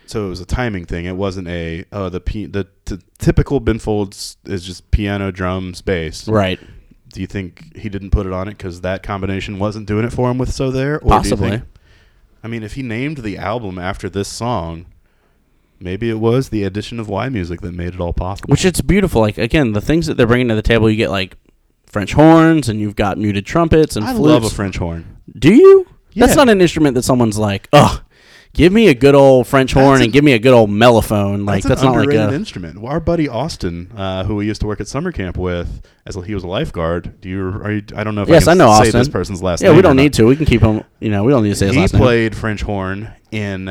Speaker 1: So it was a timing thing. It wasn't a uh, the p- the t- typical Ben Folds is just piano, drums, bass.
Speaker 2: Right.
Speaker 1: Do you think he didn't put it on it because that combination wasn't doing it for him with so there? Or Do
Speaker 2: Possibly.
Speaker 1: you think, I mean, if he named the album after this song, maybe it was the addition of Y music that made it all possible.
Speaker 2: which it's beautiful. Like again, the things that they're bringing to the table, you get like French horns, and you've got muted trumpets and
Speaker 1: I
Speaker 2: flutes.
Speaker 1: love a French horn.
Speaker 2: Do you?
Speaker 1: Yeah.
Speaker 2: That's not an instrument that someone's like, ugh, give me a good old French horn
Speaker 1: That's
Speaker 2: and
Speaker 1: a-
Speaker 2: give me a good old mellophone. Like
Speaker 1: That's,
Speaker 2: that's,
Speaker 1: an
Speaker 2: not like
Speaker 1: underrated
Speaker 2: a.
Speaker 1: instrument. Well, our buddy Austin, uh, who we used to work at summer camp with, as he was a lifeguard. Do you? Are you I don't know if
Speaker 2: yes,
Speaker 1: I
Speaker 2: I
Speaker 1: can
Speaker 2: know
Speaker 1: say
Speaker 2: Austin.
Speaker 1: this person's last
Speaker 2: Yeah,
Speaker 1: name.
Speaker 2: we
Speaker 1: or
Speaker 2: don't
Speaker 1: not.
Speaker 2: need to. We can keep him. You know, we don't need to say his
Speaker 1: He
Speaker 2: last name.
Speaker 1: played French horn in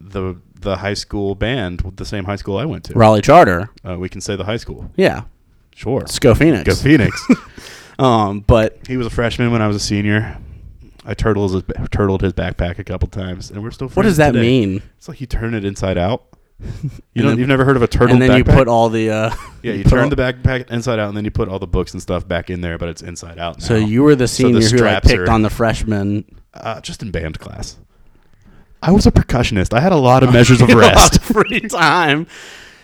Speaker 1: the the high school band, the same high school I went to.
Speaker 2: Raleigh Charter.
Speaker 1: Uh, we can say the high school.
Speaker 2: Yeah,
Speaker 1: Sure.
Speaker 2: Sco Phoenix.
Speaker 1: Go Phoenix.
Speaker 2: Um, but
Speaker 1: he was a freshman when I was a senior. I turtled his, turtled his backpack a couple times, and we're still. Friends
Speaker 2: what does that
Speaker 1: today.
Speaker 2: mean?
Speaker 1: It's like you turn it inside out. You
Speaker 2: And
Speaker 1: don't,
Speaker 2: then-
Speaker 1: you've never heard of a turtle
Speaker 2: And then
Speaker 1: backpack?
Speaker 2: you put all the. Uh,
Speaker 1: yeah, you
Speaker 2: put
Speaker 1: turn
Speaker 2: all-
Speaker 1: the backpack inside out, and then you put all the books and stuff back in there, but it's inside out. Now.
Speaker 2: So you were the
Speaker 1: So the
Speaker 2: senior who like
Speaker 1: straps
Speaker 2: picked
Speaker 1: are-
Speaker 2: on the freshman.
Speaker 1: uh, just in band class. I was a percussionist. I had a lot of measures of rest.
Speaker 2: a lot of free time.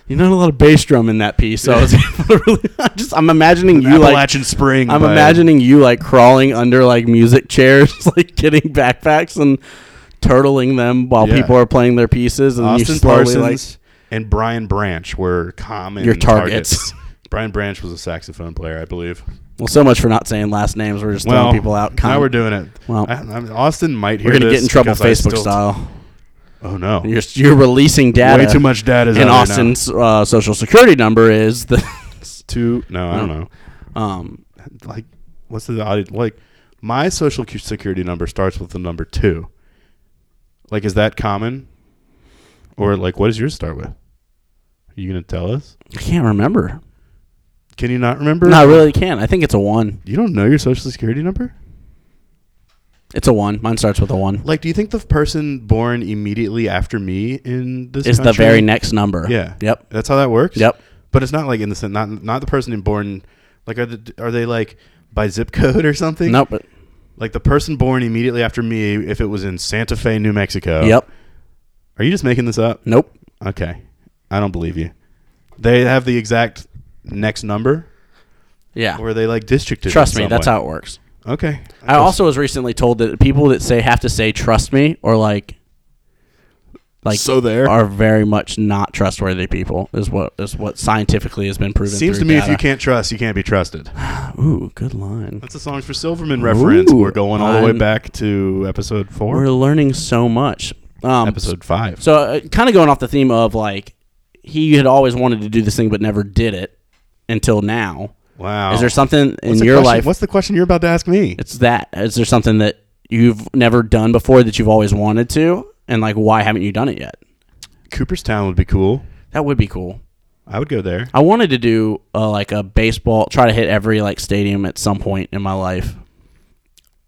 Speaker 2: You know, a lot of bass drum in that piece, so I was able to really. I just, I'm imagining you like.
Speaker 1: Appalachian Spring.
Speaker 2: I'm
Speaker 1: by-
Speaker 2: imagining you like crawling under like music chairs, like getting backpacks and turtling them while
Speaker 1: Yeah.
Speaker 2: people are playing their pieces, and you
Speaker 1: Austin
Speaker 2: slowly
Speaker 1: Parsons
Speaker 2: like.
Speaker 1: and Brian Branch were common
Speaker 2: Your targets.
Speaker 1: Brian Branch was a saxophone player, I believe.
Speaker 2: Well, so much for not saying last names. We're just
Speaker 1: well,
Speaker 2: throwing people out.
Speaker 1: Now
Speaker 2: Con-
Speaker 1: we're doing it.
Speaker 2: Well-
Speaker 1: I, I mean, Austin might hear
Speaker 2: we're gonna
Speaker 1: this
Speaker 2: get in trouble
Speaker 1: because I
Speaker 2: Facebook
Speaker 1: still-
Speaker 2: style.
Speaker 1: Oh no!
Speaker 2: You're you're releasing data.
Speaker 1: Way too much data is
Speaker 2: And
Speaker 1: out there now.
Speaker 2: Austin's uh, social security number is the.
Speaker 1: Two? No, I don't
Speaker 2: No.
Speaker 1: know.
Speaker 2: um,
Speaker 1: Like, what's the audit? Like, my social cu- security number starts with the number two. Like, is that common? Or like, what does yours start with? Are you gonna tell us?
Speaker 2: I can't remember.
Speaker 1: Can you not remember?
Speaker 2: No, I really can't. I think it's a one.
Speaker 1: You don't know your social security number?
Speaker 2: It's a one. Mine starts with a one.
Speaker 1: Like, do you think the person born immediately after me in this
Speaker 2: It's the
Speaker 1: country-
Speaker 2: very next number.
Speaker 1: Yeah.
Speaker 2: Yep.
Speaker 1: That's how that works.
Speaker 2: Yep.
Speaker 1: But it's not like in the sen- not not the person born like are the, are they like by zip code or something?
Speaker 2: Nope. but-
Speaker 1: Like the person born immediately after me, if it was in Santa Fe, New Mexico.
Speaker 2: Yep.
Speaker 1: Are you just making this up?
Speaker 2: Nope.
Speaker 1: Okay. I don't believe you. They have the exact next number,
Speaker 2: Yeah.
Speaker 1: or are they like districted? in
Speaker 2: Trust me,
Speaker 1: some
Speaker 2: that's
Speaker 1: way?
Speaker 2: how it works.
Speaker 1: Okay.
Speaker 2: I also was recently told that people that say have to say trust me or like like
Speaker 1: So there.
Speaker 2: are very much not trustworthy people is what is what scientifically has been proven.
Speaker 1: Seems to
Speaker 2: through
Speaker 1: me if you
Speaker 2: data.
Speaker 1: can't trust, you can't be trusted.
Speaker 2: Ooh, good line.
Speaker 1: That's a songs for Silverman reference.
Speaker 2: Ooh,
Speaker 1: We're going all the way
Speaker 2: I'm-
Speaker 1: back to episode 4
Speaker 2: We're learning so much. Um,
Speaker 1: episode five.
Speaker 2: So, uh, kind of going off the theme of like he had always wanted to do this thing but never did it until now.
Speaker 1: wow.
Speaker 2: Is there something in
Speaker 1: What's the
Speaker 2: your
Speaker 1: question-
Speaker 2: life?
Speaker 1: What's the question you're about to ask me?
Speaker 2: it's that is there something that you've never done before that you've always wanted to and like why haven't you done it yet
Speaker 1: Cooperstown would be cool.
Speaker 2: that would be cool
Speaker 1: I would go there.
Speaker 2: i wanted to do uh, like a baseball try to hit every like stadium at some point in my life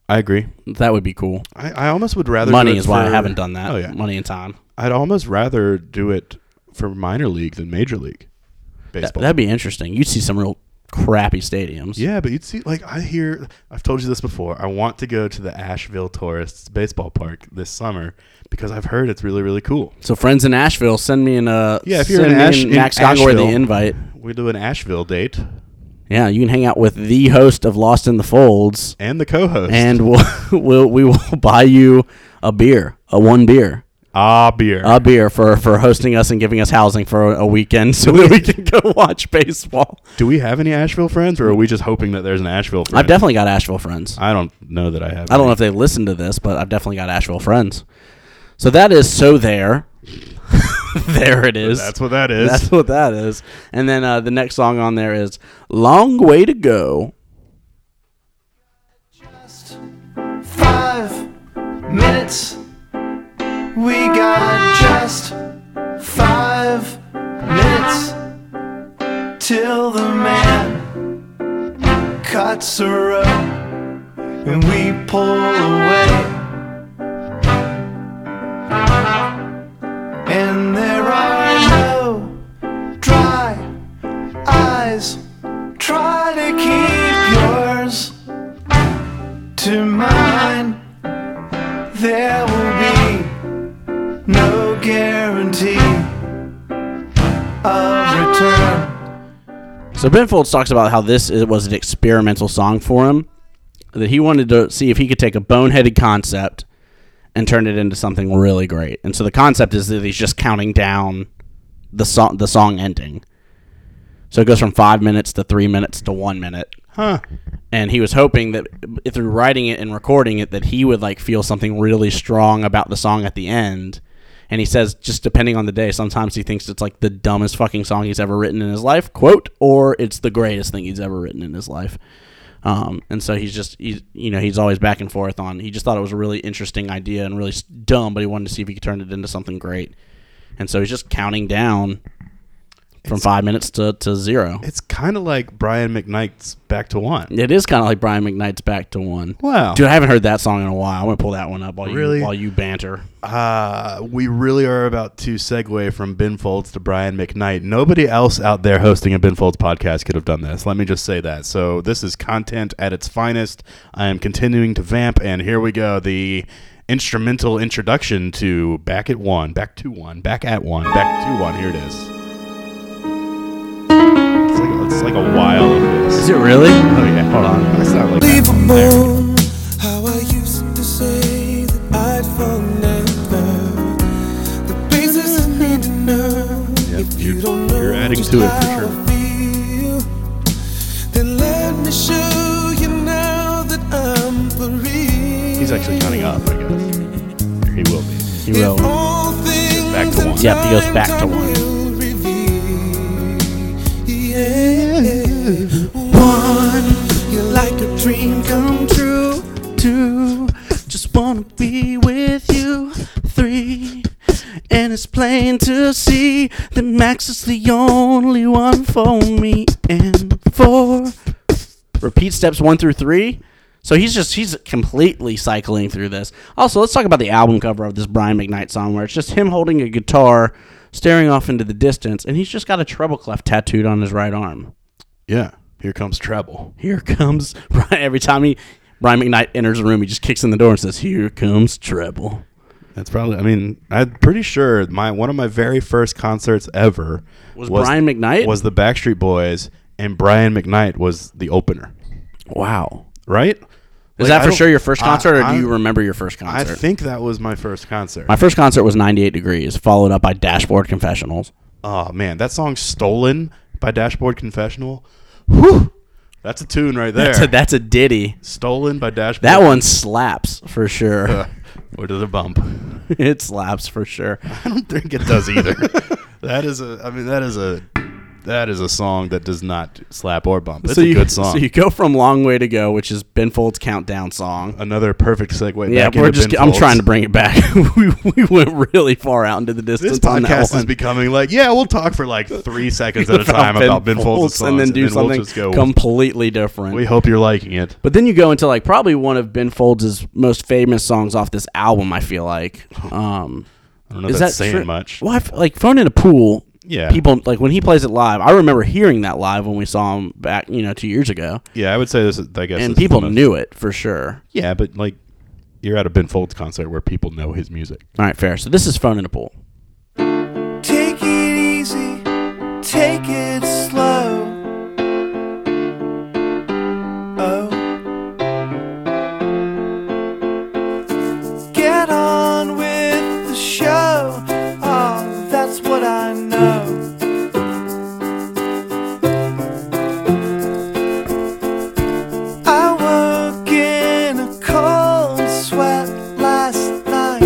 Speaker 1: I agree.
Speaker 2: that would be cool
Speaker 1: I, I almost would rather do
Speaker 2: money
Speaker 1: it
Speaker 2: is why i
Speaker 1: for-
Speaker 2: haven't done that
Speaker 1: Oh yeah,
Speaker 2: money and time
Speaker 1: I'd almost rather do it for minor league than major league
Speaker 2: that,
Speaker 1: baseball.
Speaker 2: that'd be interesting you'd see some real crappy stadiums
Speaker 1: yeah, but you'd see like I hear I've told you this before. I want to go to the Asheville Tourists baseball park this summer because I've heard it's really really cool.
Speaker 2: so friends in asheville send me an uh
Speaker 1: Yeah, if you're
Speaker 2: send
Speaker 1: in
Speaker 2: me
Speaker 1: Ash-
Speaker 2: and
Speaker 1: in
Speaker 2: max Gongor the
Speaker 1: Asheville-
Speaker 2: invite
Speaker 1: We do an Asheville date.
Speaker 2: Yeah, you can hang out with the host of Lost in the Folds,
Speaker 1: and the co-host
Speaker 2: and we'll, we'll we will buy you a beer, a one beer,
Speaker 1: ah beer.
Speaker 2: a beer for for hosting us and giving us housing for a, a weekend, so that we can go watch baseball.
Speaker 1: Do we have any Asheville friends, or are we just hoping that there's an Asheville friend?
Speaker 2: I've definitely got Asheville friends.
Speaker 1: I don't know that I have.
Speaker 2: I don't know if they listen to this, but I've definitely got Asheville friends. So that is so there. there it is.
Speaker 1: That's what that is.
Speaker 2: That's what that is. And then uh, the next song on there is "Long Way to Go."
Speaker 5: five minutes. We got just five minutes till the man cuts a rope and we pull away. And there are no dry eyes. Try to keep yours to mine. There will be no guarantee of return.
Speaker 2: So Ben Folds talks about how this is, was an experimental song for him. That he wanted to see if he could take a boneheaded concept and turn it into something really great. And so the concept is that he's just counting down the song, the song ending. So it goes from five minutes to three minutes to one minute.
Speaker 1: Huh.
Speaker 2: and he was hoping that if through writing it and recording it that he would like feel something really strong about the song at the end and he says just depending on the day sometimes he thinks it's like the dumbest fucking song he's ever written in his life quote or it's the greatest thing he's ever written in his life um, and so he's just he's you know he's always back and forth on he just thought it was a really interesting idea and really s- dumb but he wanted to see if he could turn it into something great and so he's just counting down from five minutes to, to zero
Speaker 1: It's kind of like Brian McKnight's "Back to One."
Speaker 2: it is kind of like Brian McKnight's "Back to One."
Speaker 1: Wow.
Speaker 2: dude, I haven't heard that song in a while. I'm gonna pull that one up while you
Speaker 1: Really?
Speaker 2: while you banter.
Speaker 1: Uh, we really are about to segue from Ben Folds to Brian McKnight. Nobody else out there hosting a Ben Folds podcast could have done this. Let me just say that. So this is content at its finest. I am continuing to vamp, and here we go. The instrumental introduction to back at one, back to one, back at one, back to one. Here it is. It's like, it's like a while of this.
Speaker 2: Is it really?
Speaker 1: Oh yeah, hold on. That's not like that.
Speaker 6: unbelievable how I used to say that I'd fallen in love. The basis I need to know
Speaker 1: Yep,
Speaker 6: if
Speaker 1: you're-
Speaker 6: you don't know
Speaker 1: you're adding
Speaker 6: just
Speaker 1: to it for
Speaker 6: how
Speaker 1: sure.
Speaker 6: I feel, then let me show you now that I'm for real.
Speaker 1: He's actually counting up, I guess. Or he will be.
Speaker 2: He wrote.
Speaker 6: Back
Speaker 1: to one.
Speaker 2: Yep, he goes back to one.
Speaker 6: One, you're like a dream come true. Two, just wanna be with you. Three, and it's plain to see that Max is the only one for me. And four,
Speaker 2: Repeat steps one through three. So he's just he's completely cycling through this. Also, let's talk about the album cover of this Brian McKnight song, where it's just him holding a guitar, staring off into the distance, and he's just got a treble clef tattooed on his right arm.
Speaker 1: Yeah. Here comes treble.
Speaker 2: Here comes Brian. Every time he Brian McKnight enters a room, he just kicks in the door and says, "Here comes treble."
Speaker 1: That's probably. I mean, I'm pretty sure my one of my very first concerts ever
Speaker 2: Was Brian McKnight?
Speaker 1: was the Backstreet Boys, and Brian McKnight was the opener.
Speaker 2: Wow.
Speaker 1: Right?
Speaker 2: Is
Speaker 1: Like, I
Speaker 2: that for
Speaker 1: don't-
Speaker 2: sure your first
Speaker 1: I-
Speaker 2: concert, or
Speaker 1: I-
Speaker 2: do you remember your first
Speaker 1: I
Speaker 2: concert?
Speaker 1: think that was my first concert.
Speaker 2: my first concert was 98 Degrees, followed up by Dashboard Confessionals.
Speaker 1: oh man, that song "Stolen" by Dashboard Confessional. Whew, that's a tune right there.
Speaker 2: That's a, that's a ditty.
Speaker 1: "Stolen" by Dashboard.
Speaker 2: That one slaps for sure.
Speaker 1: Or does it bump?
Speaker 2: it slaps for sure.
Speaker 1: I don't think it does either. that is a. I mean, that is a. That is a song that does not slap or bump. It's a
Speaker 2: you,
Speaker 1: good song.
Speaker 2: So you go from Long Way to Go, which is Ben Folds' countdown song.
Speaker 1: another perfect segue.
Speaker 2: yeah,
Speaker 1: Uh, back
Speaker 2: we're
Speaker 1: into
Speaker 2: just.
Speaker 1: Ben
Speaker 2: I'm
Speaker 1: Folds.
Speaker 2: trying to bring it back. we, we went really far out into the distance.
Speaker 1: This
Speaker 2: on that
Speaker 1: podcast
Speaker 2: one.
Speaker 1: is becoming like, yeah, we'll talk for like three seconds at a time about Ben Folds' songs,
Speaker 2: and then do
Speaker 1: we'll
Speaker 2: something
Speaker 1: just go,
Speaker 2: completely different.
Speaker 1: we hope you're liking it.
Speaker 2: But then you go into like probably one of Ben Folds' most famous songs off this album. I feel like, um,
Speaker 1: I don't know if
Speaker 2: is
Speaker 1: that's
Speaker 2: that
Speaker 1: saying
Speaker 2: true?
Speaker 1: much.
Speaker 2: Well, I f- like "Phone in a Pool."
Speaker 1: Yeah.
Speaker 2: people like when he plays it live. I remember hearing that live when we saw him back, you know, two years ago,
Speaker 1: Yeah, I would say this. is- I guess this
Speaker 2: and
Speaker 1: is the
Speaker 2: people
Speaker 1: most-
Speaker 2: knew it for sure.
Speaker 1: Yeah, but like, you're at a Ben Folds concert where people know his music.
Speaker 2: All right, fair. So this is "Phone in a Pool."
Speaker 5: Take it easy, take it slow. Oh. get on with the show. Oh, that's what I know. I woke in a cold sweat last night.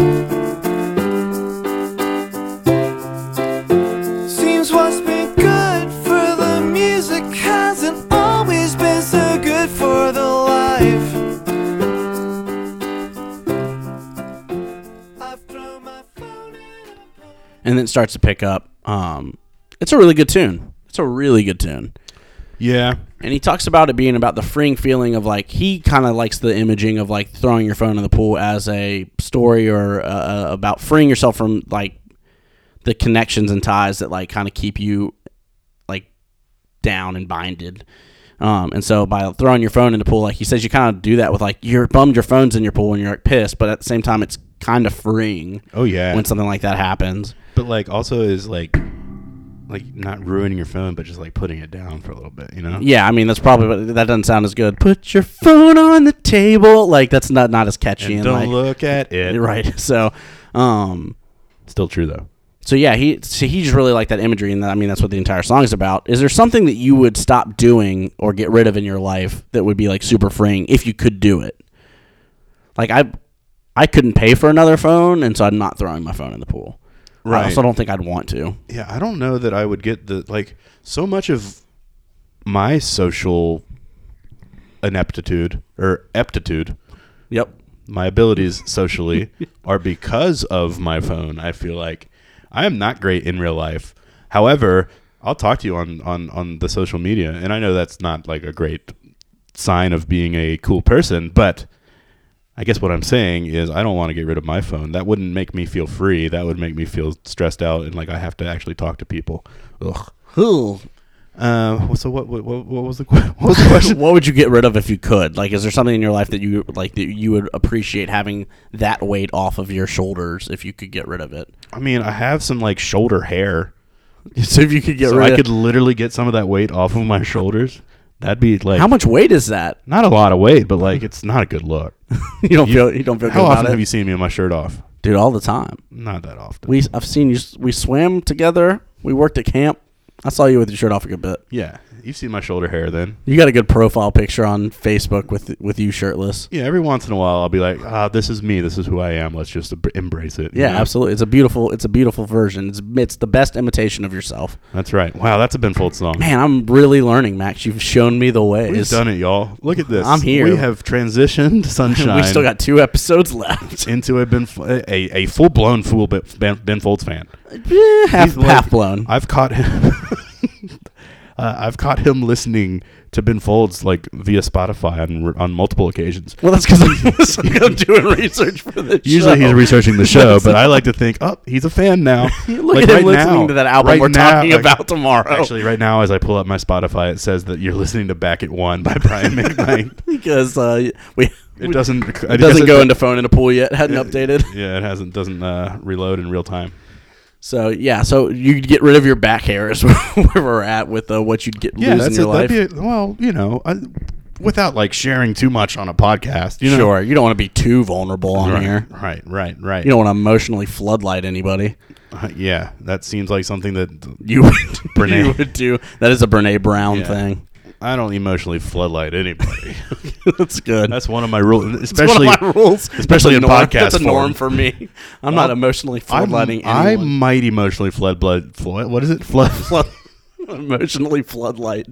Speaker 5: Seems what's been good for the music hasn't always been so good for the life. I've thrown my phone in a
Speaker 2: and then it starts to pick up. Um, it's a really good tune. It's a really good tune.
Speaker 1: Yeah.
Speaker 2: And he talks about it being about the freeing feeling of like he kind of likes the imaging of like throwing your phone in the pool as a story or uh, uh, about freeing yourself from like the connections and ties that like kind of keep you like down and binded. Um, and so by throwing your phone in the pool, like he says, you kind of do that with like you're bummed your phone's in your pool and you're like pissed, but at the same time, it's kind of freeing
Speaker 1: Oh yeah.
Speaker 2: when something like that happens.
Speaker 1: but like also is like like not ruining your phone, but just like putting it down for a little bit, you know?
Speaker 2: Yeah, I mean that's probably but that doesn't sound as good. Put your phone on the table, like that's not not as catchy and,
Speaker 1: And don't
Speaker 2: like
Speaker 1: look at it.
Speaker 2: right. So, um,
Speaker 1: Still true though.
Speaker 2: so yeah, he so he just really liked that imagery, and that, I mean that's what the entire song is about. Is there something that you would stop doing or get rid of in your life that would be like super freeing if you could do it? Like I, I couldn't pay for another phone, and so I'm not throwing my phone in the pool. I
Speaker 1: Right.
Speaker 2: also don't think I'd want to.
Speaker 1: Yeah, I don't know that I would get the like so much of my social ineptitude or aptitude,
Speaker 2: Yep.
Speaker 1: my abilities socially are because of my phone. I feel like I am not great in real life. However, I'll talk to you on on on the social media, and I know that's not like a great sign of being a cool person, but I guess what I'm saying is I don't want to get rid of my phone. That wouldn't make me feel free. That would make me feel stressed out and like I have to actually talk to people. Ugh.
Speaker 2: Who?
Speaker 1: Um, so what, what what what was the que- what was the question?
Speaker 2: what would you get rid of if you could? Like, is there something in your life that you like that you would appreciate having that weight off of your shoulders if you could get rid of it?
Speaker 1: I mean, I have some like shoulder hair.
Speaker 2: So if you could get
Speaker 1: so
Speaker 2: rid
Speaker 1: I
Speaker 2: of
Speaker 1: could literally get some of that weight off of my shoulders. That'd be like
Speaker 2: how much weight is that?
Speaker 1: not a lot of weight, but like it's not a good look.
Speaker 2: You don't feel you don't feel good
Speaker 1: How often
Speaker 2: about it,
Speaker 1: have you seen me with my shirt off?
Speaker 2: dude. All the time.
Speaker 1: Not that often.
Speaker 2: We I've seen you. s- We swam together. We worked at camp. I saw you with your shirt off a good bit.
Speaker 1: yeah, you've seen my shoulder hair then.
Speaker 2: You got a good profile picture on Facebook with with you shirtless.
Speaker 1: Yeah, every once in a while I'll be like, ah, this is me. This is who I am. Let's just ab- embrace it. you
Speaker 2: Yeah,
Speaker 1: know?
Speaker 2: absolutely. It's a beautiful. It's a beautiful version. It's it's the best imitation of yourself.
Speaker 1: That's right. Wow, that's a Ben Folds song.
Speaker 2: Man, I'm really learning, Max. You've shown me the ways.
Speaker 1: We've done it, y'all. Look at this.
Speaker 2: I'm here.
Speaker 1: We have transitioned sunshine.
Speaker 2: We still got two episodes left.
Speaker 1: into a Ben, F- a, a full blown fool Ben, Ben Ben Folds fan.
Speaker 2: Eh, half
Speaker 1: He's like-
Speaker 2: half blown.
Speaker 1: I've caught him. uh, I've caught him listening to Ben Folds like via Spotify on on multiple occasions.
Speaker 2: well, that's because I'm doing research for this.
Speaker 1: Usually
Speaker 2: show.
Speaker 1: he's researching the show, but I like to think, oh, he's a fan now.
Speaker 2: Look
Speaker 1: Like,
Speaker 2: at him
Speaker 1: right
Speaker 2: listening
Speaker 1: now-
Speaker 2: to that album
Speaker 1: right
Speaker 2: we're
Speaker 1: now-
Speaker 2: talking
Speaker 1: like,
Speaker 2: about tomorrow.
Speaker 1: Actually, right now, as I pull up my Spotify, it says that you're listening to "Back at One" by Brian McKnight.
Speaker 2: because uh, we
Speaker 1: It doesn't.
Speaker 2: it doesn't go into phone in a pool yet. Hadn't updated.
Speaker 1: Yeah, it hasn't. Doesn't uh, reload in real time.
Speaker 2: So yeah, so you could get rid of your back hair is where we're at with uh, what you'd get
Speaker 1: Yeah,
Speaker 2: lose in
Speaker 1: that's
Speaker 2: your
Speaker 1: it.
Speaker 2: life.
Speaker 1: That'd be a- well, you know, I, without like sharing too much on a podcast. You know?
Speaker 2: Sure, you don't want to be too vulnerable on
Speaker 1: Right,
Speaker 2: here.
Speaker 1: right, right, right.
Speaker 2: You don't want to emotionally floodlight anybody.
Speaker 1: Uh, yeah, that seems like something that
Speaker 2: You would,
Speaker 1: Brene.
Speaker 2: you would do that is a Brene Brown
Speaker 1: Yeah.
Speaker 2: thing.
Speaker 1: I don't emotionally floodlight anybody.
Speaker 2: that's good.
Speaker 1: That's one of my rules,
Speaker 2: That's
Speaker 1: especially
Speaker 2: one of my rules,
Speaker 1: especially
Speaker 2: That's a
Speaker 1: in
Speaker 2: norm-
Speaker 1: podcast
Speaker 2: That's a
Speaker 1: form.
Speaker 2: norm for me. I'm not
Speaker 1: Well,
Speaker 2: emotionally
Speaker 1: I'm-
Speaker 2: floodlighting
Speaker 1: I
Speaker 2: anyone.
Speaker 1: might emotionally flood blood. Flood, what is it? Flood.
Speaker 2: Flood- emotionally floodlight.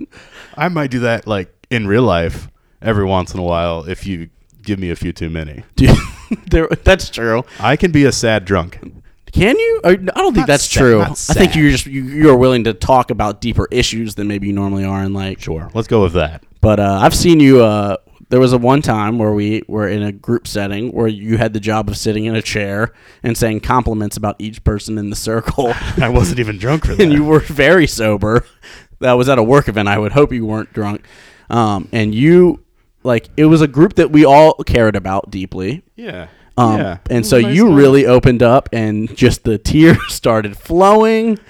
Speaker 1: I might do that like in real life every once in a while if you give me a few too many.
Speaker 2: Dude, there, that's true.
Speaker 1: I can be a sad drunk.
Speaker 2: Can you? Or- I don't think
Speaker 1: Not
Speaker 2: that's
Speaker 1: sad-
Speaker 2: true.
Speaker 1: not
Speaker 2: I think
Speaker 1: sad.
Speaker 2: you're just you, you're willing to talk about deeper issues than maybe you normally are in like.
Speaker 1: Sure, let's go with that.
Speaker 2: But uh, I've seen you. Uh, there was a one time where we were in a group setting where you had the job of sitting in a chair and saying compliments about each person in the circle.
Speaker 1: I wasn't even drunk for that.
Speaker 2: and you were very sober. That was at a work event. I would hope you weren't drunk. Um, and you, like, it was a group that we all cared about deeply.
Speaker 1: yeah,
Speaker 2: Um,
Speaker 1: yeah.
Speaker 2: And so you really opened up, and just the tears started flowing.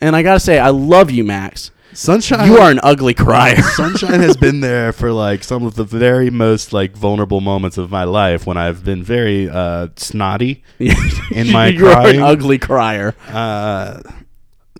Speaker 2: And I gotta say, I love you, Max.
Speaker 1: Sunshine.
Speaker 2: You are an ugly crier.
Speaker 1: Sunshine has been there for like some of the very most like vulnerable moments of my life when I've been very uh, snotty in my
Speaker 2: You're
Speaker 1: crying.
Speaker 2: an ugly crier.
Speaker 1: uh,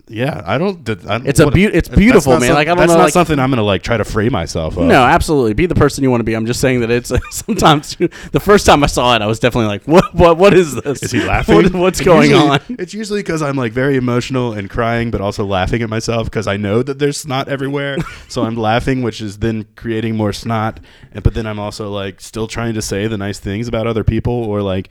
Speaker 1: yeah, I don't. th- I don't
Speaker 2: It's a beau- it's beautiful,
Speaker 1: that's not
Speaker 2: man.
Speaker 1: some-
Speaker 2: Like, I don't
Speaker 1: that's
Speaker 2: know,
Speaker 1: not
Speaker 2: like-
Speaker 1: something I'm gonna like try to free myself of.
Speaker 2: No, absolutely. Be the person you want to be. I'm just saying that it's sometimes the first time I saw it, I was definitely like, "What? What? What is this?
Speaker 1: Is he laughing?
Speaker 2: What- what's going
Speaker 1: Usually-
Speaker 2: on?"
Speaker 1: It's usually because I'm like very emotional and crying, but also laughing at myself because I know that there's snot everywhere. so I'm laughing, which is then creating more snot. And but then I'm also like still trying to say the nice things about other people or like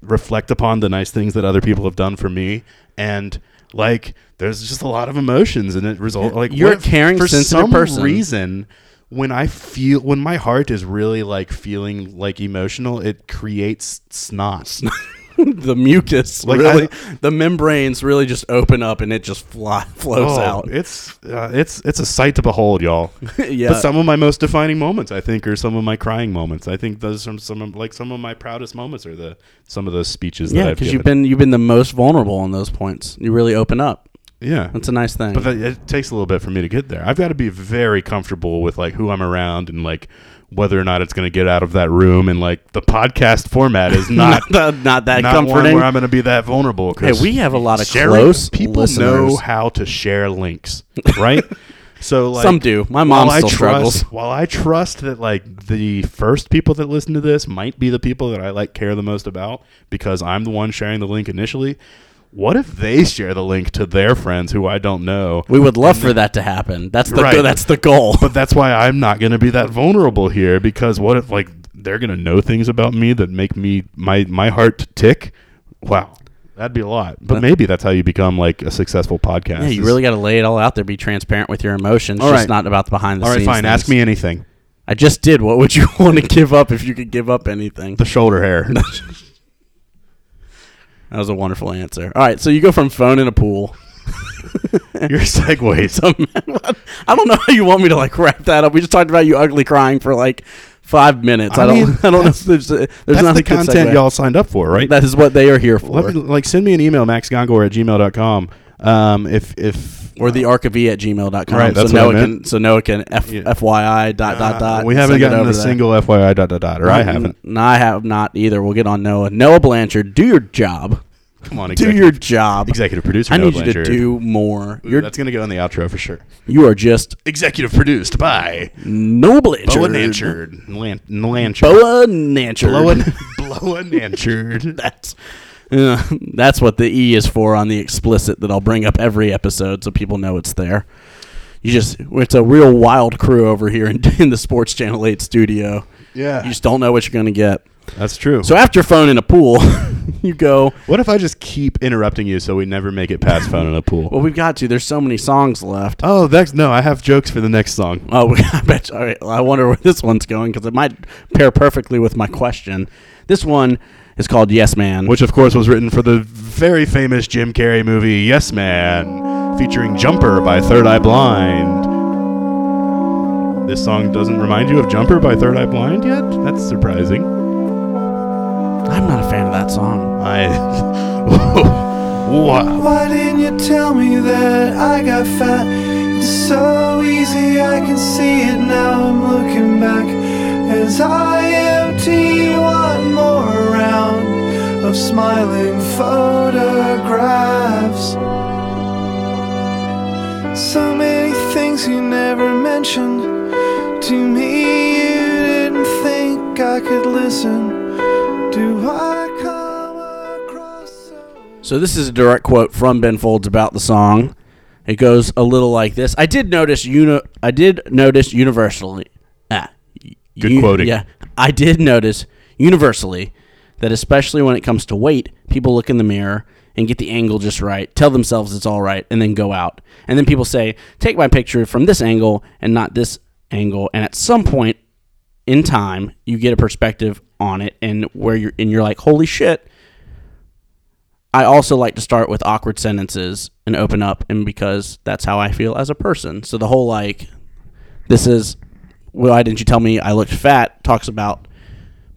Speaker 1: reflect upon the nice things that other people have done for me and. Like there's just a lot of emotions, and it result like
Speaker 2: You're
Speaker 1: what
Speaker 2: a caring,
Speaker 1: for
Speaker 2: sensitive
Speaker 1: some
Speaker 2: person.
Speaker 1: reason when I feel when my heart is really like feeling like emotional, it creates snot.
Speaker 2: the mucus,
Speaker 1: Like,
Speaker 2: really,
Speaker 1: I-
Speaker 2: the membranes really just open up and it just fly, flows
Speaker 1: Oh,
Speaker 2: out.
Speaker 1: It's uh, it's it's a sight to behold, y'all.
Speaker 2: Yeah.
Speaker 1: But some of my most defining moments, I think, are some of my crying moments. I think those are some of, like some of my proudest moments are the some of those speeches.
Speaker 2: yeah,
Speaker 1: that I've
Speaker 2: because you've
Speaker 1: given.
Speaker 2: been you've been the most vulnerable on those points. You really open up.
Speaker 1: yeah.
Speaker 2: That's a nice thing.
Speaker 1: but that, it takes a little bit for me to get there. I've got to be very comfortable with like who I'm around and like whether or not it's going to get out of that room. And like the podcast format is not
Speaker 2: not that, not that
Speaker 1: not one
Speaker 2: comforting.
Speaker 1: where I'm going to be that vulnerable.
Speaker 2: Hey,
Speaker 1: 'cause
Speaker 2: we have a lot of
Speaker 1: sharing-
Speaker 2: close
Speaker 1: people know
Speaker 2: listeners.
Speaker 1: how to share links, right? so like
Speaker 2: Some do. My
Speaker 1: while
Speaker 2: mom
Speaker 1: I
Speaker 2: still struggles.
Speaker 1: trust- While I trust that like the first people that listen to this might be the people that I like care the most about because I'm the one sharing the link initially. What if they share the link to their friends who I don't know?
Speaker 2: We would love for that to happen. That's the
Speaker 1: Right.
Speaker 2: that's the goal.
Speaker 1: But that's why I'm not going to be that vulnerable here because what if like they're going to know things about me that make me my my heart tick? Wow. That'd be a lot. But maybe that's how you become like a successful podcast.
Speaker 2: Yeah, you
Speaker 1: is-
Speaker 2: really got to lay it all out there. Be transparent with your emotions.
Speaker 1: All
Speaker 2: just
Speaker 1: right.
Speaker 2: not about the behind the
Speaker 1: All right,
Speaker 2: scenes.
Speaker 1: fine. Ask
Speaker 2: things.
Speaker 1: me anything.
Speaker 2: I just did. What would you want to give up if you could give up anything?
Speaker 1: The shoulder hair.
Speaker 2: That was a wonderful answer. All right, so you go from phone in a pool.
Speaker 1: Your segues.
Speaker 2: So, I don't know how you want me to like wrap that up. We just talked about you ugly crying for like five minutes. I,
Speaker 1: I mean,
Speaker 2: don't. I don't know. If there's a, there's
Speaker 1: That's
Speaker 2: not
Speaker 1: the
Speaker 2: a good
Speaker 1: content
Speaker 2: segue.
Speaker 1: y'all signed up for, right?
Speaker 2: That is what they are here for.
Speaker 1: Let me, like send me an email, maxgongor at gmail.com. Um, if if
Speaker 2: or the archive at gmailcom
Speaker 1: uh, Right, that's what
Speaker 2: so
Speaker 1: I
Speaker 2: Noah can
Speaker 1: meant.
Speaker 2: so Noah can f-
Speaker 1: Yeah. Uh,
Speaker 2: fyi dot dot dot.
Speaker 1: we haven't
Speaker 2: send it
Speaker 1: gotten
Speaker 2: over
Speaker 1: a
Speaker 2: there.
Speaker 1: single FYI dot dot dot, or I haven't.
Speaker 2: No, I have not either. We'll get on Noah. Noah Blanchard, do your job.
Speaker 1: Come on,
Speaker 2: Do
Speaker 1: executive,
Speaker 2: your job.
Speaker 1: executive producer.
Speaker 2: I
Speaker 1: Noah
Speaker 2: need you to
Speaker 1: Blanchard.
Speaker 2: do more.
Speaker 1: Ooh,
Speaker 2: You're
Speaker 1: that's gonna go in the outro for sure.
Speaker 2: you are just
Speaker 1: Executive produced by
Speaker 2: Noah Blanchard.
Speaker 1: Boa Nanchard. Lan- Lanchard.
Speaker 2: Boa Nanchard.
Speaker 1: Bloa Bloa Nanchard.
Speaker 2: That's uh, that's what the E is for on the explicit that I'll bring up every episode so people know it's there. You just it's a real wild crew over here in, in the Sports Channel 8 studio.
Speaker 1: Yeah.
Speaker 2: You just don't know what you're going to get.
Speaker 1: That's true.
Speaker 2: So after phone in a pool, you go
Speaker 1: what if I just keep interrupting you so we never make it past phone in a pool?
Speaker 2: Well, we've got to. There's so many songs left.
Speaker 1: oh, that's no. I have jokes for the next song.
Speaker 2: Oh, we- I bet. All right. Well, I wonder where this one's going because it might pair perfectly with my question. This one is called Yes Man.
Speaker 1: which of course was written for the very famous Jim Carrey movie Yes Man, featuring Jumper by Third Eye Blind. This song doesn't remind you of Jumper by Third Eye Blind yet? That's surprising.
Speaker 2: I'm not a fan of that song.
Speaker 1: I Wow.
Speaker 5: Why didn't you tell me that I got fat? It's so easy, I can see it now. I'm looking back as I empty one more round of smiling photographs. So many things you never mentioned to me. You didn't think I could listen. Do I come across so?
Speaker 2: So this is a direct quote from Ben Folds about the song. It goes a little like this. I did notice uni- I did notice universally. Ah, y-
Speaker 1: Good quoting.
Speaker 2: Yeah, I did notice universally that especially when it comes to weight, people look in the mirror and get the angle just right, tell themselves it's all right, and then go out. And then people say, "Take my picture from this angle and not this angle." And at some point in time, you get a perspective on it, and where you're and you're like, "Holy shit!" I also like to start with awkward sentences and open up, and because that's how I feel as a person. So the whole like, this is why didn't you tell me I looked fat? Talks about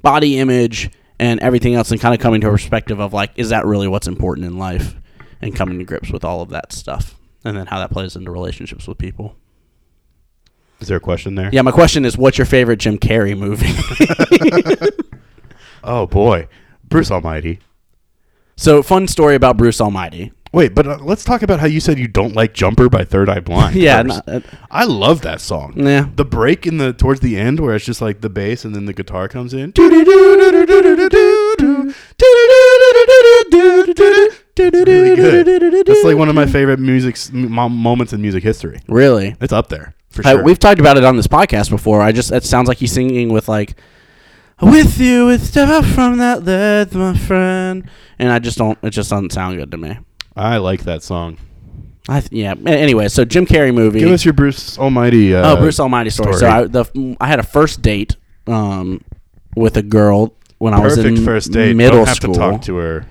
Speaker 2: body image and everything else, and kind of coming to a perspective of like, is that really what's important in life? And coming to grips with all of that stuff. and then how that plays into relationships with people.
Speaker 1: Is there a question there?
Speaker 2: Yeah, my question is, what's your favorite Jim Carrey movie?
Speaker 1: Oh boy, Bruce Almighty.
Speaker 2: so, fun story about Bruce Almighty.
Speaker 1: Wait, but uh, let's talk about how you said you don't like "Jumper" by Third Eye Blind.
Speaker 2: Yeah,
Speaker 1: first.
Speaker 2: no, uh,
Speaker 1: I love that song.
Speaker 2: Yeah.
Speaker 1: the break in the towards the end where it's just like the bass and then the guitar comes in. Really good. That's like one of my favorite music s- m- mom- moments in music history.
Speaker 2: really.
Speaker 1: It's up there for
Speaker 2: Uh,
Speaker 1: sure.
Speaker 2: we've talked about it on this podcast before. I just it sounds like he's singing with like, with you, it's stuff from that lead, my friend. And I just don't. It just doesn't sound good to me.
Speaker 1: I like that song.
Speaker 2: I th- yeah. a- Anyway, so Jim Carrey movie.
Speaker 1: Give us your Bruce Almighty. Uh,
Speaker 2: oh, Bruce Almighty story. So I, the I had a first date um with a girl when I was
Speaker 1: Perfect
Speaker 2: in
Speaker 1: first date.
Speaker 2: middle
Speaker 1: Don't have
Speaker 2: school,
Speaker 1: to talk to her.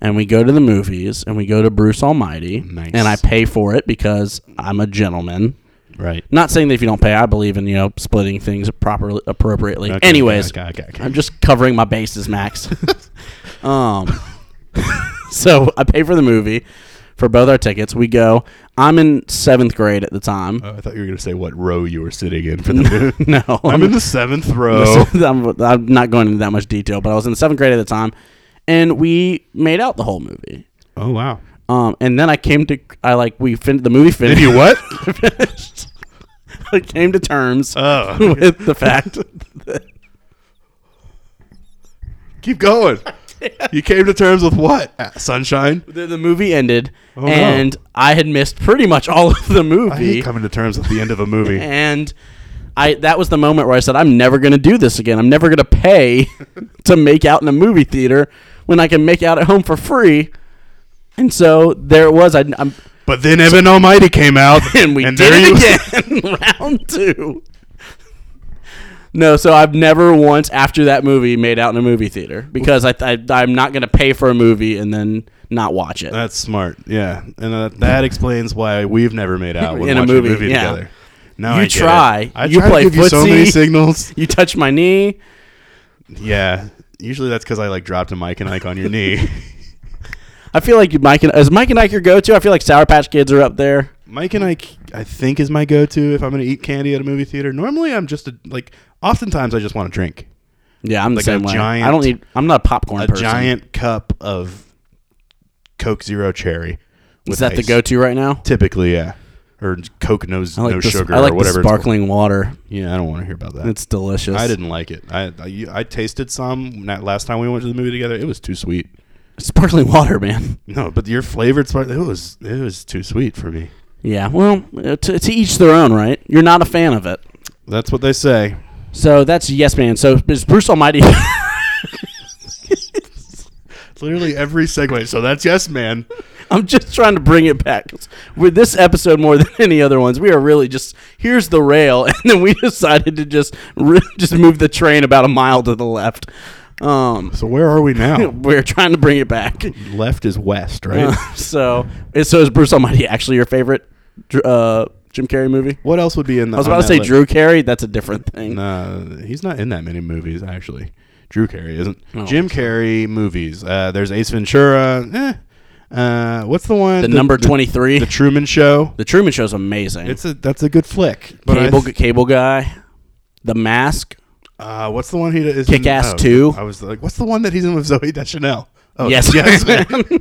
Speaker 2: and we go to the movies and we go to Bruce Almighty,
Speaker 1: Nice.
Speaker 2: and I pay for it because I'm a gentleman.
Speaker 1: Right.
Speaker 2: Not saying that if you don't pay, I believe in you know splitting things properly, appropriately.
Speaker 1: Okay,
Speaker 2: Anyways,
Speaker 1: okay, okay, okay.
Speaker 2: I'm just covering my bases, Max. um, so I pay for the movie for both our tickets. We go. I'm in seventh grade at the time.
Speaker 1: Oh, I thought you were going to say what row you were sitting in for the movie.
Speaker 2: no,
Speaker 1: Oh. I'm in the seventh row.
Speaker 2: I'm, I'm not going into that much detail, but I was in seventh grade at the time, and we made out the whole movie.
Speaker 1: oh wow.
Speaker 2: Um, and then I came to I like we fin- the movie
Speaker 1: Did
Speaker 2: finished.
Speaker 1: you what?
Speaker 2: finished. I came to terms
Speaker 1: Oh,
Speaker 2: with the fact that
Speaker 1: keep going. You came to terms with what? Uh, Sunshine.
Speaker 2: the, the movie ended,
Speaker 1: Oh, no.
Speaker 2: and I had missed pretty much all of the
Speaker 1: I hate
Speaker 2: movie.
Speaker 1: coming to terms with the end of a movie.
Speaker 2: and I that was the moment where I said, I'm never gonna do this again. I'm never gonna pay to make out in a movie theater when I can make out at home for free. And so there it was. I, I'm,
Speaker 1: But then Evan Almighty came out,
Speaker 2: and we did
Speaker 1: there he was.
Speaker 2: it again, round two. No, so I've never once after that movie made out in a movie theater because I, I I'm not gonna pay for a movie and then not watch it.
Speaker 1: That's smart. Yeah, and that, that explains why we've never made out when
Speaker 2: In a
Speaker 1: watching
Speaker 2: movie, yeah.
Speaker 1: together. Now
Speaker 2: You
Speaker 1: I get it.
Speaker 2: try.
Speaker 1: I
Speaker 2: You
Speaker 1: try to
Speaker 2: play
Speaker 1: give you so many
Speaker 2: footsie.
Speaker 1: signals.
Speaker 2: you touch my knee.
Speaker 1: Yeah. Usually that's because I like dropped a mic and Ike on your knee.
Speaker 2: I feel like Mike and is Mike and Ike your go-to. I feel like Sour Patch Kids are up there.
Speaker 1: Mike and Ike, I think, is my go-to if I'm going to eat candy at a movie theater. Normally, I'm just a, like, oftentimes I just want a drink,
Speaker 2: Yeah, I'm
Speaker 1: Like
Speaker 2: the
Speaker 1: a
Speaker 2: same way.
Speaker 1: giant-
Speaker 2: I don't need. I'm not a popcorn
Speaker 1: a
Speaker 2: person.
Speaker 1: giant cup of Coke Zero Cherry. with
Speaker 2: Is that the
Speaker 1: ice.
Speaker 2: go-to right now?
Speaker 1: Typically, yeah, or Coke no
Speaker 2: I like
Speaker 1: no
Speaker 2: the,
Speaker 1: sugar
Speaker 2: I like
Speaker 1: or
Speaker 2: the
Speaker 1: whatever. it's called.
Speaker 2: sparkling water.
Speaker 1: Yeah, I don't want to hear about that.
Speaker 2: It's delicious.
Speaker 1: I didn't like it. I, I you- I tasted some that last time we went to the movie together. It was too sweet.
Speaker 2: sparkling water, man.
Speaker 1: No, but your flavored spark it was it was too sweet for me.
Speaker 2: Yeah. Well, uh, to, to each their own, right? You're not a fan of it,
Speaker 1: That's what they say.
Speaker 2: so that's yes, man. So is Bruce Almighty?
Speaker 1: It's literally every segue. So that's yes, man.
Speaker 2: I'm just trying to bring it back with this episode more than any other ones. We are really just here's the rail, and then we decided to just re- just move the train about a mile to the left. Um,
Speaker 1: So where are we now?
Speaker 2: we're trying to bring it back.
Speaker 1: Left is west, right?
Speaker 2: Uh, so, is- so is Bruce Almighty actually your favorite Dr- uh, Jim Carrey movie?
Speaker 1: what else would be in? The,
Speaker 2: I was about to say Drew Carrey. That's a different thing.
Speaker 1: Nah, he's not in that many movies actually. Drew Carey isn't.
Speaker 2: Oh.
Speaker 1: Jim Carrey movies. Uh, there's Ace Ventura. Eh. Uh, what's the one?
Speaker 2: the, number twenty three,
Speaker 1: The
Speaker 2: the,
Speaker 1: Truman Show.
Speaker 2: Truman Show is amazing.
Speaker 1: It's a that's a good flick. But I
Speaker 2: cable
Speaker 1: th-
Speaker 2: cable guy, The Mask.
Speaker 1: Uh, what's the one he is in-
Speaker 2: Kick-Ass
Speaker 1: oh,
Speaker 2: 2.
Speaker 1: I was like, what's the one that he's in with Zoe Deschanel? Oh,
Speaker 2: yes,
Speaker 1: yes. man.
Speaker 2: man.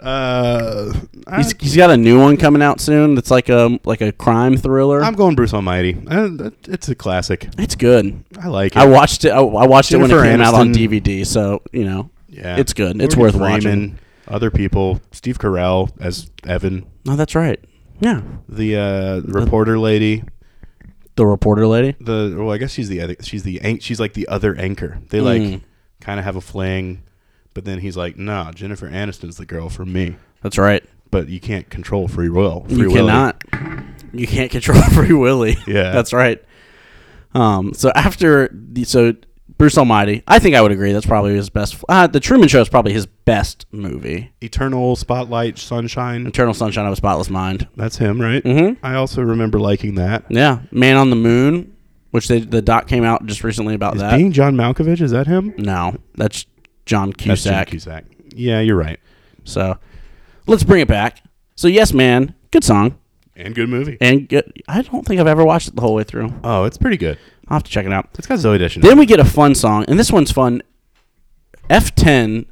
Speaker 1: uh, I,
Speaker 2: he's, he's got a new one coming out soon. That's like a like a crime thriller.
Speaker 1: I'm going Bruce Almighty. Uh, that- It's a classic.
Speaker 2: it's good.
Speaker 1: I like it.
Speaker 2: I watched it. I, I watched it when it
Speaker 1: Jennifer
Speaker 2: came out on
Speaker 1: Aniston.
Speaker 2: DVD. So you know,
Speaker 1: yeah,
Speaker 2: it's good. It's worth
Speaker 1: Morgan
Speaker 2: watching.
Speaker 1: Other people, Steve Carell as Evan,
Speaker 2: No, Oh, that's right. Yeah,
Speaker 1: the uh, reporter lady.
Speaker 2: the reporter lady.
Speaker 1: The well, I guess she's the other. She's the an- she's like the other anchor. They like
Speaker 2: Mm.
Speaker 1: kind of have a fling, but then he's like, nah, Jennifer Aniston's the girl for me.
Speaker 2: That's right.
Speaker 1: But you can't control free will. Free
Speaker 2: you
Speaker 1: will.
Speaker 2: cannot. You can't control Free Willy.
Speaker 1: Yeah.
Speaker 2: that's right. Um. So after the so Bruce Almighty, I think I would agree. That's probably his best. Uh, the Truman Show is probably his best movie.
Speaker 1: Eternal Spotlight Sunshine.
Speaker 2: Eternal Sunshine of a Spotless Mind.
Speaker 1: That's him, right?
Speaker 2: Mhm.
Speaker 1: I also remember liking that.
Speaker 2: Yeah, Man on the Moon, which they, the doc came out just recently about
Speaker 1: Is
Speaker 2: that.
Speaker 1: being John Malkovich, is that him?
Speaker 2: no, that's John
Speaker 1: That's Jim
Speaker 2: Cusack.
Speaker 1: Cusack. Yeah, you're right.
Speaker 2: So let's bring it back. So yes, man, Good song.
Speaker 1: and good movie.
Speaker 2: And good, I don't think I've ever watched it the whole way through.
Speaker 1: Oh, it's pretty good.
Speaker 2: I'll have to check it out.
Speaker 1: It's got Zoe Deschanel.
Speaker 2: Then we get a fun song, and this one's fun. F10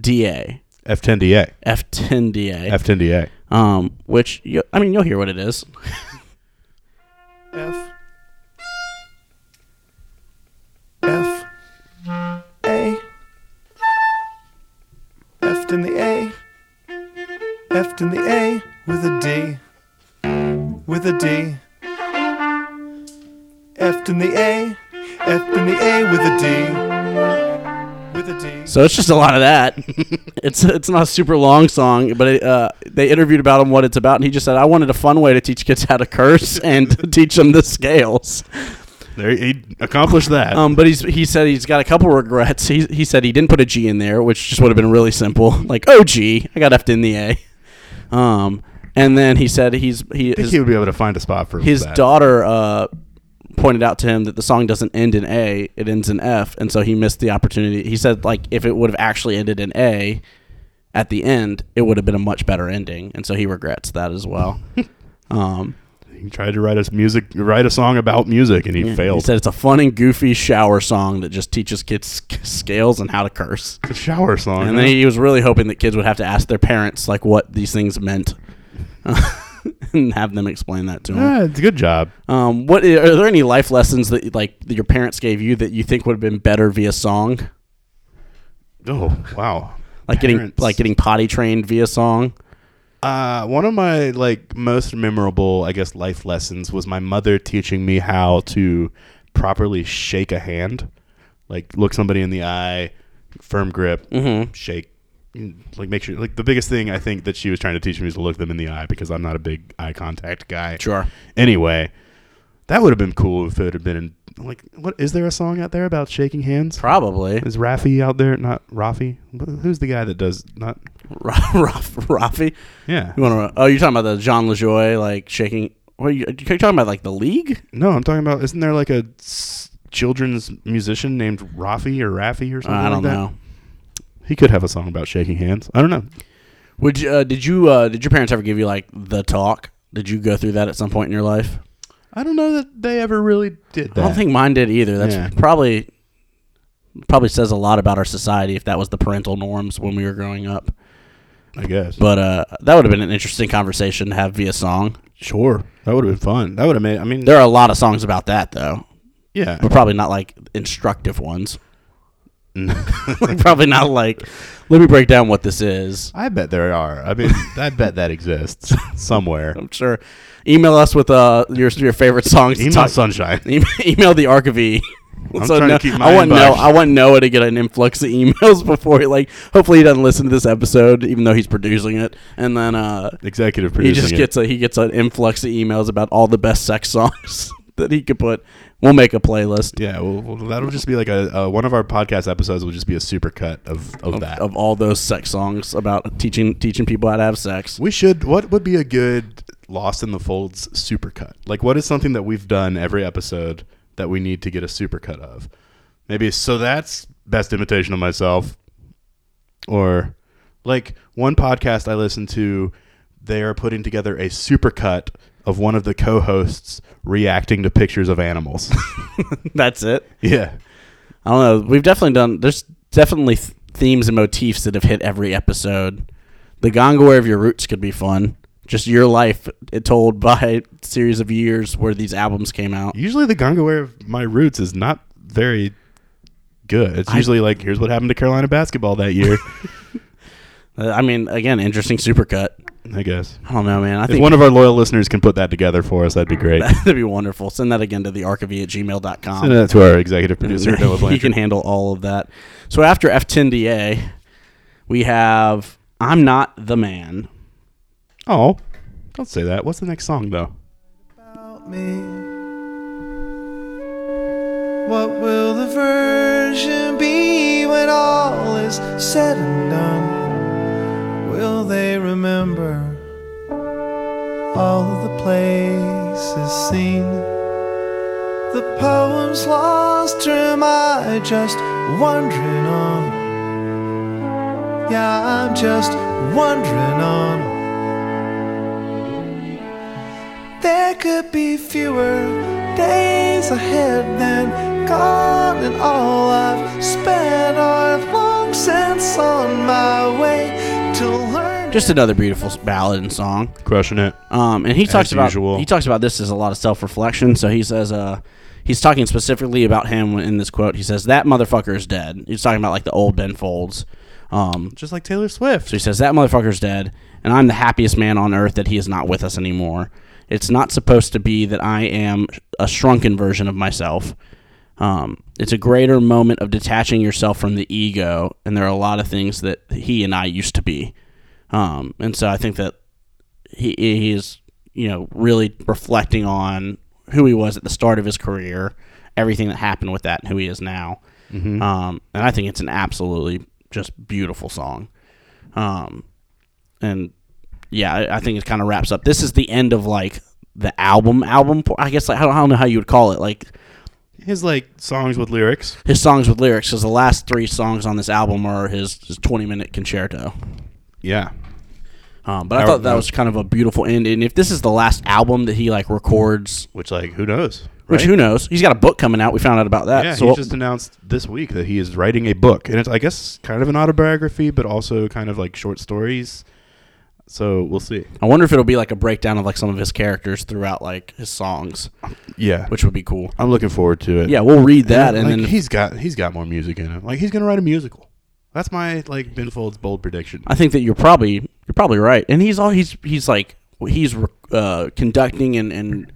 Speaker 2: DA.
Speaker 1: F10DA.
Speaker 2: F10 DA.
Speaker 1: F10DA.
Speaker 2: um, which, you, I mean, you'll hear what it is.
Speaker 5: F F A F in the A F in the A with a D with a D F in the A F in the A with a D with a D
Speaker 2: So it's just a lot of that. it's it's not a super long song, but it, uh, they interviewed about him what it's about, and he just said, "I wanted a fun way to teach kids how to curse and to teach them the scales."
Speaker 1: There, he accomplished that.
Speaker 2: Um, but he's he said he's got a couple regrets. He he said he didn't put a G in there, which just would have been really simple, like oh G, I got effed in the A. Um, and then he said he's he
Speaker 1: I think
Speaker 2: his,
Speaker 1: he would be able to find a spot for
Speaker 2: his
Speaker 1: that.
Speaker 2: daughter uh, pointed out to him that the song doesn't end in A, it ends in F, and so he missed the opportunity. He said like if it would have actually ended in A at the end, it would have been a much better ending, and so he regrets that as well. um,
Speaker 1: He tried to write us music, write a song about music, and he
Speaker 2: he
Speaker 1: failed.
Speaker 2: said it's a fun and goofy shower song that just teaches kids sc- scales and how to curse.
Speaker 1: a shower song.
Speaker 2: And then he was really hoping that kids would have to ask their parents like what these things meant. and have them explain that to him.
Speaker 1: Ah, it's a good job.
Speaker 2: Um, what are there any life lessons that like that your parents gave you that you think would have been better via song?
Speaker 1: Oh wow!
Speaker 2: Like getting
Speaker 1: Parents.
Speaker 2: like getting potty trained via song.
Speaker 1: Uh, one of my like most memorable, I guess, life lessons was my mother teaching me how to properly shake a hand, like look somebody in the eye, firm grip, shake, like make sure. Like the biggest thing I think that she was trying to teach me is to look them in the eye because I'm not a big eye contact guy.
Speaker 2: Sure.
Speaker 1: Anyway, that would have been cool if it had been in like what is there a song out there about shaking hands?
Speaker 2: Probably.
Speaker 1: Is Rafi out there? Not Rafi. Wh- Who's the guy that does not?
Speaker 2: Rafi.
Speaker 1: Yeah.
Speaker 2: You want to? Oh, you're talking about the Jean LaJoy like shaking. What are you, are you talking about? Like the league?
Speaker 1: No, I'm talking about. Isn't there like a s- children's musician named Rafi or Rafi or something?
Speaker 2: I don't
Speaker 1: like that?
Speaker 2: know.
Speaker 1: He could have a song about shaking hands. I don't know.
Speaker 2: Would you, uh, did you uh, did your parents ever give you like the talk? Did you go through that at some point in your life?
Speaker 1: I don't know that they ever really did that.
Speaker 2: I don't think mine did either. That's
Speaker 1: Yeah.
Speaker 2: probably probably says a lot about our society if that was the parental norms when we were growing up.
Speaker 1: I guess.
Speaker 2: But uh, that would have been an interesting conversation to have via song.
Speaker 1: sure, that would have been fun. That would have made. I mean,
Speaker 2: There are a lot of songs about that though,
Speaker 1: yeah.
Speaker 2: but probably not like instructive ones. probably not like let me break down what this is.
Speaker 1: I bet there are. I mean, I bet that exists somewhere.
Speaker 2: I'm sure. Email us with uh your your favorite songs. to
Speaker 1: Email
Speaker 2: talk-
Speaker 1: Sunshine.
Speaker 2: Email, email the archive.
Speaker 1: I'm trying to keep my
Speaker 2: I want
Speaker 1: inbox-
Speaker 2: Noah, I want Noah to get an influx of emails before he like. Hopefully, he doesn't listen to this episode, even though he's producing it. And then uh,
Speaker 1: Executive
Speaker 2: he
Speaker 1: producer.
Speaker 2: just gets a he gets an influx of emails about all the best sex songs that he could put. We'll make a playlist
Speaker 1: Yeah, well, well, that'll just be like a uh, one of our podcast episodes will just be a super cut of, of, that.
Speaker 2: of all those sex songs about teaching teaching people how to have sex.
Speaker 1: we should. What would be a good Lost in the Folds super cut? Like, what is something that we've done every episode that we need to get a super cut of? Maybe so that's best imitation of myself, or like one podcast I listen to, they are putting together a super cut of one of the co-hosts reacting to pictures of animals.
Speaker 2: That's it.
Speaker 1: yeah.
Speaker 2: I don't know. We've definitely done. There's definitely th- themes and motifs that have hit every episode. The Gongaware of Your Roots could be fun. Just your life it told by a series of years where these albums came out.
Speaker 1: Usually the gongaware of my roots is not very good. It's usually like here's what happened to Carolina basketball that year,
Speaker 2: Uh, I mean, again, interesting supercut.
Speaker 1: I guess.
Speaker 2: I don't know, man. I
Speaker 1: If
Speaker 2: think
Speaker 1: one of our loyal listeners can put that together for us, that'd be great.
Speaker 2: that'd be wonderful. Send that again to the archivy at gmail.com.
Speaker 1: Send that to our executive producer, Noah
Speaker 2: he can
Speaker 1: Blanchard.
Speaker 2: handle all of that. So after F10DA, we have I'm Not the Man.
Speaker 1: Oh, don't say that. What's the next song though?
Speaker 5: about me? What will the version be when all is said and done? Will they remember all of the places seen? The poems lost, or am I just wandering on? Yeah, I'm just wandering on. There could be fewer days ahead than gone, and all I've spent are long since on my way to learn.
Speaker 2: Just another beautiful ballad and song.
Speaker 1: Crushing it.
Speaker 2: Um, and he talks about
Speaker 1: usual.
Speaker 2: he talks about this as a lot of self reflection. So he says, uh, he's talking specifically about him in this quote. He says that motherfucker is dead. He's talking about like the old Ben Folds. Um,
Speaker 1: Just like Taylor Swift.
Speaker 2: so he says that motherfucker's dead, and I'm the happiest man on earth that he is not with us anymore. It's not supposed to be that I am a shrunken version of myself. Um, it's a greater moment of detaching yourself from the ego, and there are a lot of things that he and I used to be. Um, and so I think that he he is you know really reflecting on who he was at the start of his career, everything that happened with that, and who he is now. Um, and I think it's an absolutely just beautiful song. Um, and yeah, I, I think it kind of wraps up. This is the end of like the album album. por- I guess like I don't, I don't know how you would call it. Like
Speaker 1: His like songs with lyrics.
Speaker 2: his songs with lyrics, because the last three songs on this album are his, his twenty minute concerto.
Speaker 1: Yeah.
Speaker 2: Um, but I
Speaker 1: Our-
Speaker 2: thought that was kind of a beautiful end. And if this is the last album that he like records,
Speaker 1: Which like who knows?
Speaker 2: which
Speaker 1: right?
Speaker 2: who knows, he's got a book coming out. We found out about that.
Speaker 1: Yeah,
Speaker 2: so
Speaker 1: he
Speaker 2: we'll-
Speaker 1: just announced this week that he is writing a book, and it's I guess kind of an autobiography, but also kind of like short stories. So we'll see.
Speaker 2: I wonder if it'll be like a breakdown of like some of his characters throughout like his songs,
Speaker 1: Yeah,
Speaker 2: which would be cool.
Speaker 1: I'm looking forward to it.
Speaker 2: Yeah, we'll read that, and
Speaker 1: like,
Speaker 2: then
Speaker 1: he's got he's got more music in him. Like he's gonna write a musical. That's my like Ben Folds bold prediction.
Speaker 2: I think that you're probably you're probably right. And he's all he's he's like he's uh, conducting and, and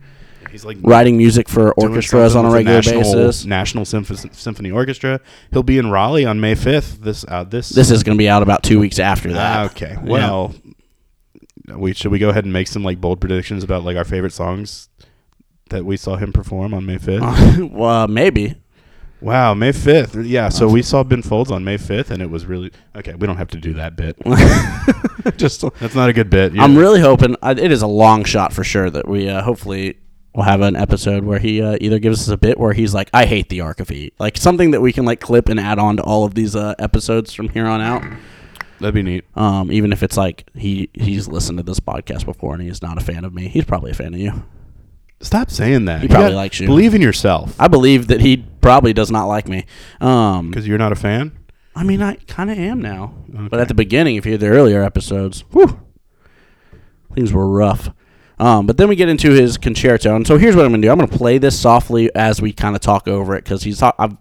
Speaker 1: He's like
Speaker 2: writing music for
Speaker 1: doing
Speaker 2: orchestras
Speaker 1: something
Speaker 2: on a
Speaker 1: with the
Speaker 2: regular
Speaker 1: National-
Speaker 2: basis.
Speaker 1: National Symph- Symphony Orchestra. He'll be in Raleigh on May 5th. This uh, this
Speaker 2: This is going to be out about two weeks after
Speaker 1: Ah,
Speaker 2: that.
Speaker 1: okay.
Speaker 2: Yeah.
Speaker 1: Well, we should we go ahead and make some like bold predictions about like our favorite songs that we saw him perform on May
Speaker 2: Uh.
Speaker 1: 5th.
Speaker 2: well, maybe.
Speaker 1: Wow, May 5th. Yeah, so we saw Ben Folds on May 5th and it was really Okay, we don't have to do that bit.
Speaker 2: Just
Speaker 1: That's not a good bit. Yeah.
Speaker 2: I'm really hoping I, it is a long shot for sure that we uh, hopefully will have an episode where he uh, either gives us a bit where he's like I hate the arc of E," like something that we can like clip and add on to all of these uh, episodes from here on out.
Speaker 1: That'd be neat.
Speaker 2: Um, even if it's like he he's listened to this podcast before and he's not a fan of me, he's probably a fan of you.
Speaker 1: Stop saying that. He
Speaker 2: probably likes you.
Speaker 1: Believe in yourself.
Speaker 2: I believe that he probably does not like me. Um,
Speaker 1: Cuz you're not a fan?
Speaker 2: I mean, I kind of am now, but at the beginning, if you hear the earlier episodes, whew, things were rough. Um, but then we get into his concerto, and so here's what I'm gonna do. I'm gonna play this softly as we kind of talk over it because he's. ta- I've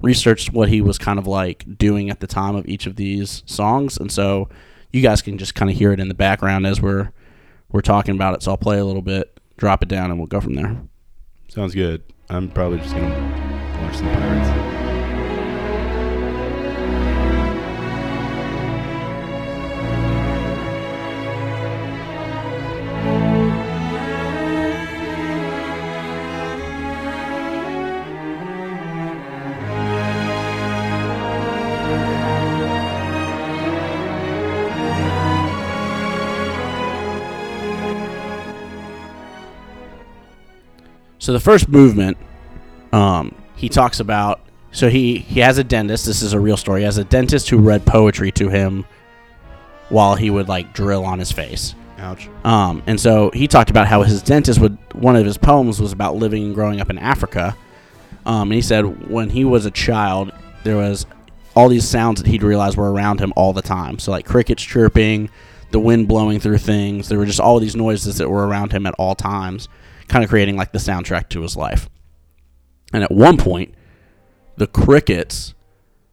Speaker 2: researched what he was kind of like doing at the time of each of these songs, and so you guys can just kind of hear it in the background as we're we're talking about it. So I'll play a little bit, drop it down, and we'll go from there.
Speaker 1: Sounds good. I'm probably just going to watch some pirates.
Speaker 2: So the first movement, um, he talks about. So he he has a dentist. This is a real story. He has a dentist who read poetry to him while he would like drill on his face.
Speaker 1: Ouch.
Speaker 2: Um, and so he talked about how his dentist would one of his poems was about living and growing up in Africa. Um, and he said when he was a child, there was all these sounds that he'd realized were around him all the time. So like crickets chirping, the wind blowing through things. There were just all these noises that were around him at all times, kind of creating like the soundtrack to his life. And at one point, the crickets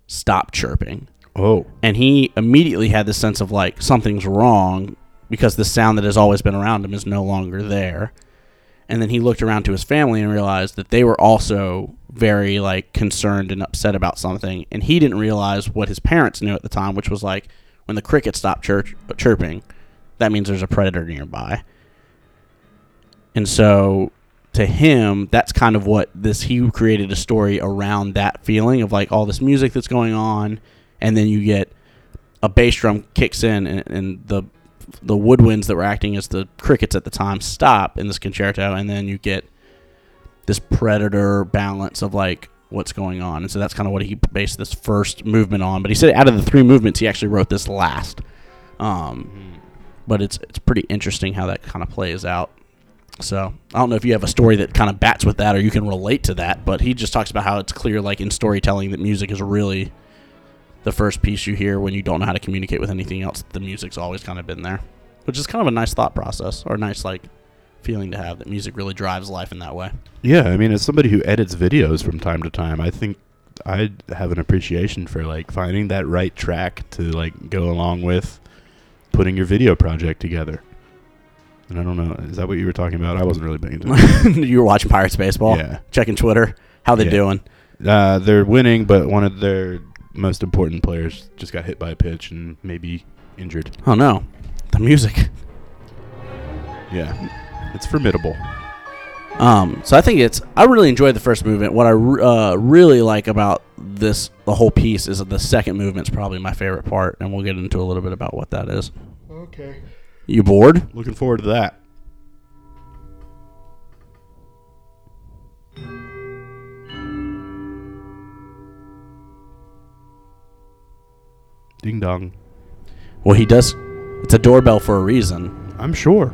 Speaker 2: stopped chirping
Speaker 1: Oh.
Speaker 2: and he immediately had this sense of like something's wrong because the sound that has always been around him is no longer there and then he looked around to his family and realized that they were also very like concerned and upset about something and he didn't realize what his parents knew at the time which was like when the cricket stopped chir- chirping that means there's a predator nearby and so to him, that's kind of what this he created a story around that feeling of like all this music that's going on, and then you get a bass drum kicks in and, and the the woodwinds that were acting as the crickets at the time stop in this concerto, and then you get this predator balance of like what's going on. And so that's kind of what he based this first movement on. But he said out of the three movements, he actually wrote this last. Um, but it's it's pretty interesting how that kind of plays out. So I don't know if you have a story that kind of bats with that or you can relate to that, but he just talks about how it's clear, like in storytelling, that music is really the first piece you hear when you don't know how to communicate with anything else. The music's always kind of been there, which is kind of a nice thought process or a nice like feeling to have that music really drives life in that way.
Speaker 1: Yeah, I mean, as somebody who edits videos from time to time, I think I have an appreciation for like finding that right track to like go along with putting your video project together. And I don't know, is that what you were talking about? I wasn't really paying attention.
Speaker 2: you were watching Pirates baseball,
Speaker 1: Yeah.
Speaker 2: checking Twitter, how they
Speaker 1: Yeah.
Speaker 2: doing?
Speaker 1: Uh, they're winning, but one of their most important players just got hit by a pitch and maybe injured.
Speaker 2: Oh no, the music.
Speaker 1: Yeah, it's formidable.
Speaker 2: Um, so I think it's I really enjoyed the first movement. What I re- uh, really like about this the whole piece is that the second movement's probably my favorite part, and we'll get into a little bit about what that is.
Speaker 1: Okay.
Speaker 2: You bored?
Speaker 1: Looking forward to that. Ding dong.
Speaker 2: Well, he does. It's a doorbell for a reason.
Speaker 1: I'm sure.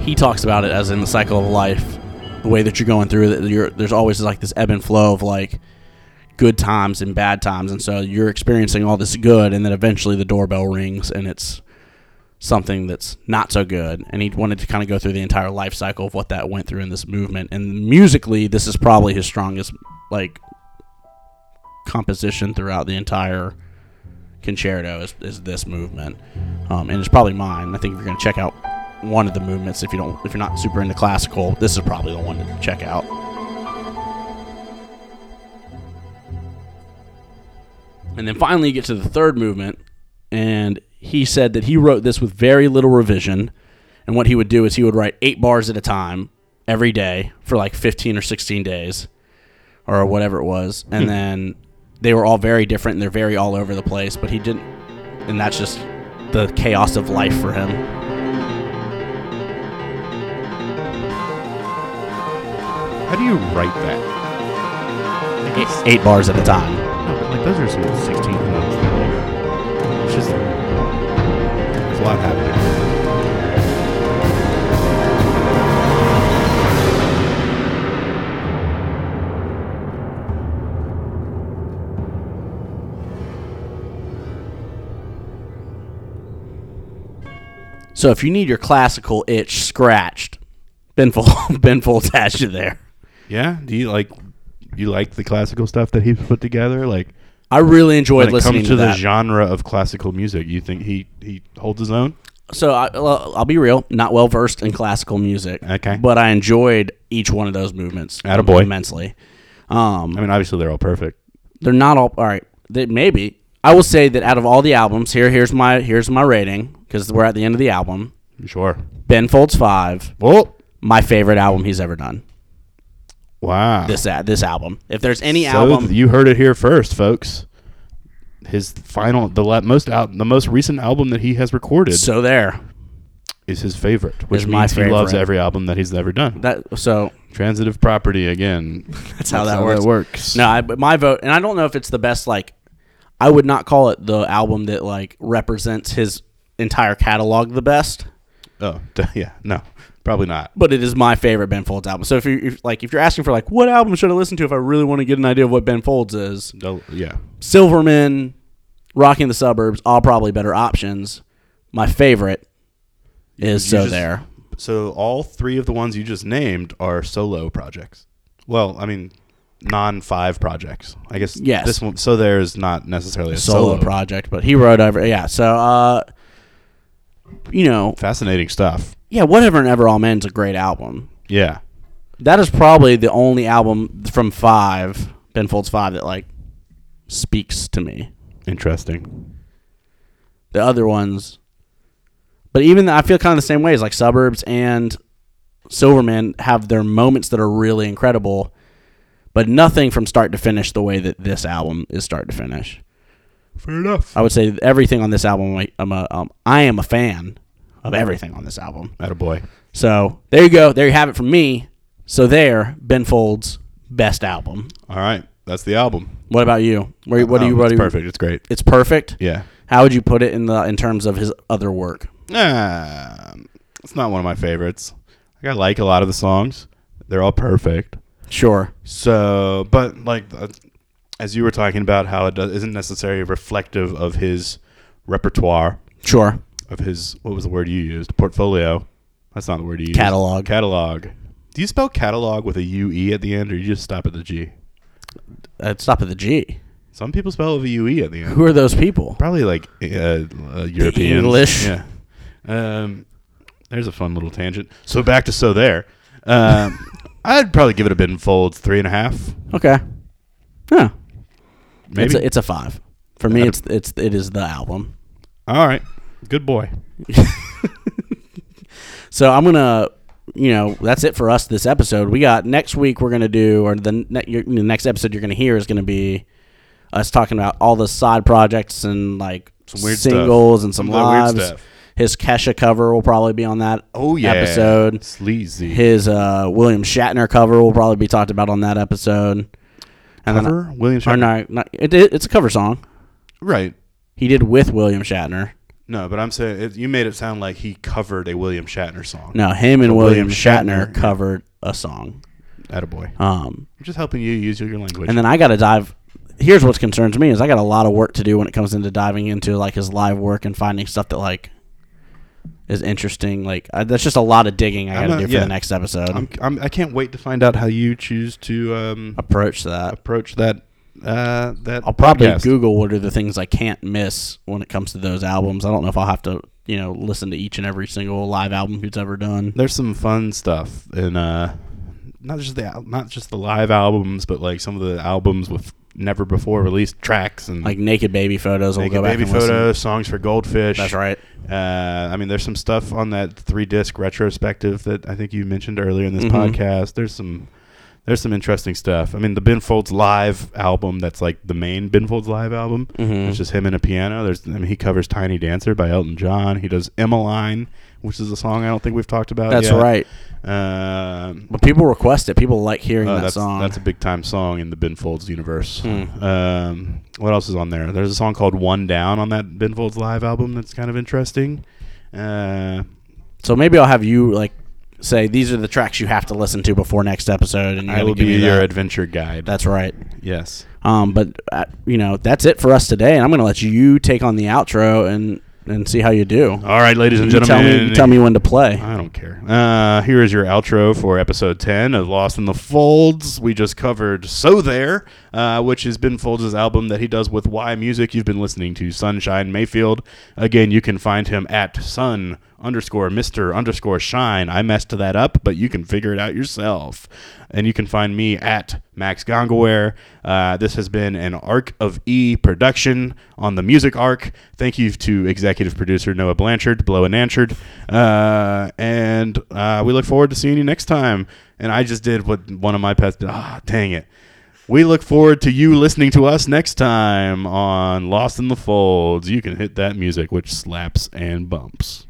Speaker 2: He talks about it as in the cycle of life, the way that you're going through that you're there's always like this ebb and flow of like good times and bad times, and so you're experiencing all this good, and then eventually the doorbell rings, and it's something that's not so good. And he wanted to kind of go through the entire life cycle of what that went through in this movement. And musically, this is probably his strongest like composition throughout the entire concerto is, is this movement. Um, and it's probably mine. I think if you're going to check out one of the movements, if you don't, if you're not super into classical, this is probably the one to check out. And then finally, you get to the third movement, and he said that he wrote this with very little revision. And what he would do is he would write eight bars at a time every day for like 15 or 16 days or whatever it was. And
Speaker 1: Hmm.
Speaker 2: then they were all very different and they're very all over the place, but he didn't. And that's just the chaos of life for him.
Speaker 1: How do you write that?
Speaker 2: Eight, eight bars at a time.
Speaker 1: No, but like those are some 16 notes. It's just there's a lot happening.
Speaker 2: So if you need your classical itch scratched, Ben Full, ben Folds has you there.
Speaker 1: Yeah. Do you like you like the classical stuff that he's put together? Like
Speaker 2: I really enjoyed
Speaker 1: when it
Speaker 2: listening
Speaker 1: comes
Speaker 2: to,
Speaker 1: to, the
Speaker 2: that.
Speaker 1: genre of classical music, you think he he holds his own?
Speaker 2: so I, well, I'll be real, not well versed in classical music.
Speaker 1: Okay.
Speaker 2: but I enjoyed each one of those movements
Speaker 1: Attaboy.
Speaker 2: immensely. Um,
Speaker 1: I mean, obviously they're all perfect.
Speaker 2: they're not all all right. They, maybe I will say that out of all the albums, here here's my here's my rating because we're at the end of the album.
Speaker 1: Sure.
Speaker 2: Ben Folds Five,
Speaker 1: Well,
Speaker 2: my favorite album he's ever done.
Speaker 1: wow.
Speaker 2: This a- this album. If there's any
Speaker 1: so
Speaker 2: album,
Speaker 1: th- you heard it here first, folks. His final, the la- most out, the most recent album that he has recorded
Speaker 2: so there.
Speaker 1: is his favorite, which
Speaker 2: is
Speaker 1: means
Speaker 2: my
Speaker 1: he loves
Speaker 2: favorite.
Speaker 1: every album that he's ever done.
Speaker 2: That so
Speaker 1: Transitive property again.
Speaker 2: that's how that works.
Speaker 1: works.
Speaker 2: No, I, but my vote, and I don't know if it's the best. Like, I would not call it the album that like represents his entire catalog the best,
Speaker 1: Oh, d- yeah. No, probably not.
Speaker 2: but it is my favorite Ben Folds album. So if you if, like, if you're asking for like what album should I listen to if I really want to get an idea of what Ben Folds is,
Speaker 1: Del- yeah.
Speaker 2: Silverman, Rocking the Suburbs, all probably better options. My favorite is
Speaker 1: You
Speaker 2: So
Speaker 1: just-
Speaker 2: There.
Speaker 1: So all three of the ones you just named are solo projects. Well, I mean, non five projects. I guess.
Speaker 2: Yes.
Speaker 1: This one. So there is not necessarily a
Speaker 2: solo,
Speaker 1: solo,
Speaker 2: project, but he wrote over. Yeah, so uh, you know,
Speaker 1: Fascinating stuff.
Speaker 2: yeah, whatever and ever all men's a great album.
Speaker 1: Yeah.
Speaker 2: That is probably the only album from Five Ben Folds Five that like speaks to me.
Speaker 1: Interesting.
Speaker 2: The other ones, but even I feel kind of the same way as like Suburbs and Silverman have their moments that are really incredible, but nothing from start to finish the way that this album is start to finish.
Speaker 1: Fair enough.
Speaker 2: I would say everything on this album. I- I'm a, um, I am a fan of everything on this album.
Speaker 1: Attaboy.
Speaker 2: So there you go. There you have it from me. So there, Ben Folds' best album.
Speaker 1: All right. That's the album.
Speaker 2: What about you? Where, what do
Speaker 1: Oh,
Speaker 2: you? What
Speaker 1: it's
Speaker 2: do you,
Speaker 1: perfect. It's great.
Speaker 2: It's perfect.
Speaker 1: Yeah.
Speaker 2: How would you put it in the in terms of his other work?
Speaker 1: Ah, it's not one of my favorites. Like I like a lot of the songs. They're all perfect.
Speaker 2: Sure.
Speaker 1: So, but like uh, as you were talking about how it does, isn't necessarily reflective of his repertoire,
Speaker 2: Sure.
Speaker 1: of his what was the word you used? Portfolio. That's not the word you used.
Speaker 2: Catalog.
Speaker 1: Catalog. Do you spell catalog with a U E at the end, or you just stop at the G?
Speaker 2: Uh, stop at the G.
Speaker 1: Some people spell it with a U E at the end.
Speaker 2: Who are those people?
Speaker 1: Probably like uh, uh, European
Speaker 2: English.
Speaker 1: Yeah. Um, there's a fun little tangent. So back to so there. Um, I'd probably give it a Benfold three and a half.
Speaker 2: Okay. Yeah.
Speaker 1: Maybe.
Speaker 2: It's a, it's a five. For me, it's it's it is the album.
Speaker 1: All right. Good boy.
Speaker 2: So I'm gonna, you know, that's it for us this episode. We got next week. We're gonna do, or the, ne- your, the next episode you're gonna hear is gonna be us talking about all the side projects and like some
Speaker 1: weird stuff.
Speaker 2: singles and some
Speaker 1: Some weird
Speaker 2: lives.
Speaker 1: stuff. Oh,
Speaker 2: His Kesha cover will probably be on that. episode.
Speaker 1: Sleazy.
Speaker 2: His uh, William Shatner cover will probably be talked about on that episode. And
Speaker 1: Cover?
Speaker 2: Then,
Speaker 1: William
Speaker 2: or
Speaker 1: Shatner.
Speaker 2: no, not, it, it- it's a cover song.
Speaker 1: Right.
Speaker 2: He did with William Shatner.
Speaker 1: No, but I'm saying it, you made it sound like he covered a William Shatner song.
Speaker 2: No, him and
Speaker 1: But
Speaker 2: William,
Speaker 1: William
Speaker 2: Shatner,
Speaker 1: Shatner, yeah.
Speaker 2: covered a song.
Speaker 1: Attaboy.
Speaker 2: Um,
Speaker 1: I'm just helping you use your language.
Speaker 2: and then uh, I got to dive. Here's what concerns me is I got a lot of work to do when it comes into diving into like his live work and finding stuff that like is interesting. Like I, that's just a lot of digging I
Speaker 1: I'm
Speaker 2: got to
Speaker 1: not-
Speaker 2: do for
Speaker 1: yeah.
Speaker 2: the next episode.
Speaker 1: I'm, I'm, I can't wait to find out how you choose to um,
Speaker 2: approach that.
Speaker 1: approach that. Uh, that
Speaker 2: Uh, I'll probably
Speaker 1: podcast.
Speaker 2: Google what are the things I can't miss when it comes to those albums. I don't know if I'll have to you know listen to each and every single live album he's ever done.
Speaker 1: there's some fun stuff in uh not just the al- not just the live albums but like some of the albums with never before released tracks and
Speaker 2: Like naked baby photos.
Speaker 1: Mm-hmm. Naked
Speaker 2: we'll go back
Speaker 1: baby
Speaker 2: and listen.
Speaker 1: photos songs for goldfish
Speaker 2: That's right.
Speaker 1: uh, i mean there's some stuff on that three disc retrospective that i think you mentioned earlier in this
Speaker 2: Mm-hmm.
Speaker 1: podcast there's some there's some interesting stuff i mean the ben folds live album that's like the main ben folds live album
Speaker 2: Mm-hmm.
Speaker 1: it's just him and a piano there's i mean he covers tiny dancer by elton john he does emmeline which is a song i don't think we've talked about
Speaker 2: That's
Speaker 1: yet.
Speaker 2: right.
Speaker 1: Um,
Speaker 2: But people request it. People like hearing
Speaker 1: uh,
Speaker 2: that
Speaker 1: that's,
Speaker 2: song. Hmm.
Speaker 1: that's a big time song in the Ben Folds universe. Um, what else is on there? There's a song called One Down on that Ben Folds live album that's kind of interesting. Uh,
Speaker 2: So maybe I'll have you like say these are the tracks you have to listen to before next episode, and you
Speaker 1: I
Speaker 2: gotta
Speaker 1: will
Speaker 2: give
Speaker 1: be
Speaker 2: me
Speaker 1: your
Speaker 2: that.
Speaker 1: adventure guide.
Speaker 2: That's right.
Speaker 1: yes.
Speaker 2: Um, but uh, you know that's it for us today, and I'm gonna let you take on the outro and and see how you do.
Speaker 1: All right, ladies and
Speaker 2: You tell
Speaker 1: Uh, gentlemen.
Speaker 2: me, you tell me when to play.
Speaker 1: I don't care. Uh, here is your outro for episode 10 of Lost in the Folds. We just covered So There, uh, which is Ben Folds' album that he does with Y Music. You've been listening to Sunshine Mayfield. Again, you can find him at sun underscore Mr. underscore shine. I messed that up, but you can figure it out yourself. And you can find me at Max Gongaware. Uh, this has been an Arc of E production on the Music Arc. Thank you to executive producer Noah Blanchard, Blow and Anchard. Uh, and uh, we look forward to seeing you next time. And I just did what one of my pets did. Ah, dang it. We look forward to you listening to us next time on Lost in the Folds. You can hit that music, which slaps and bumps.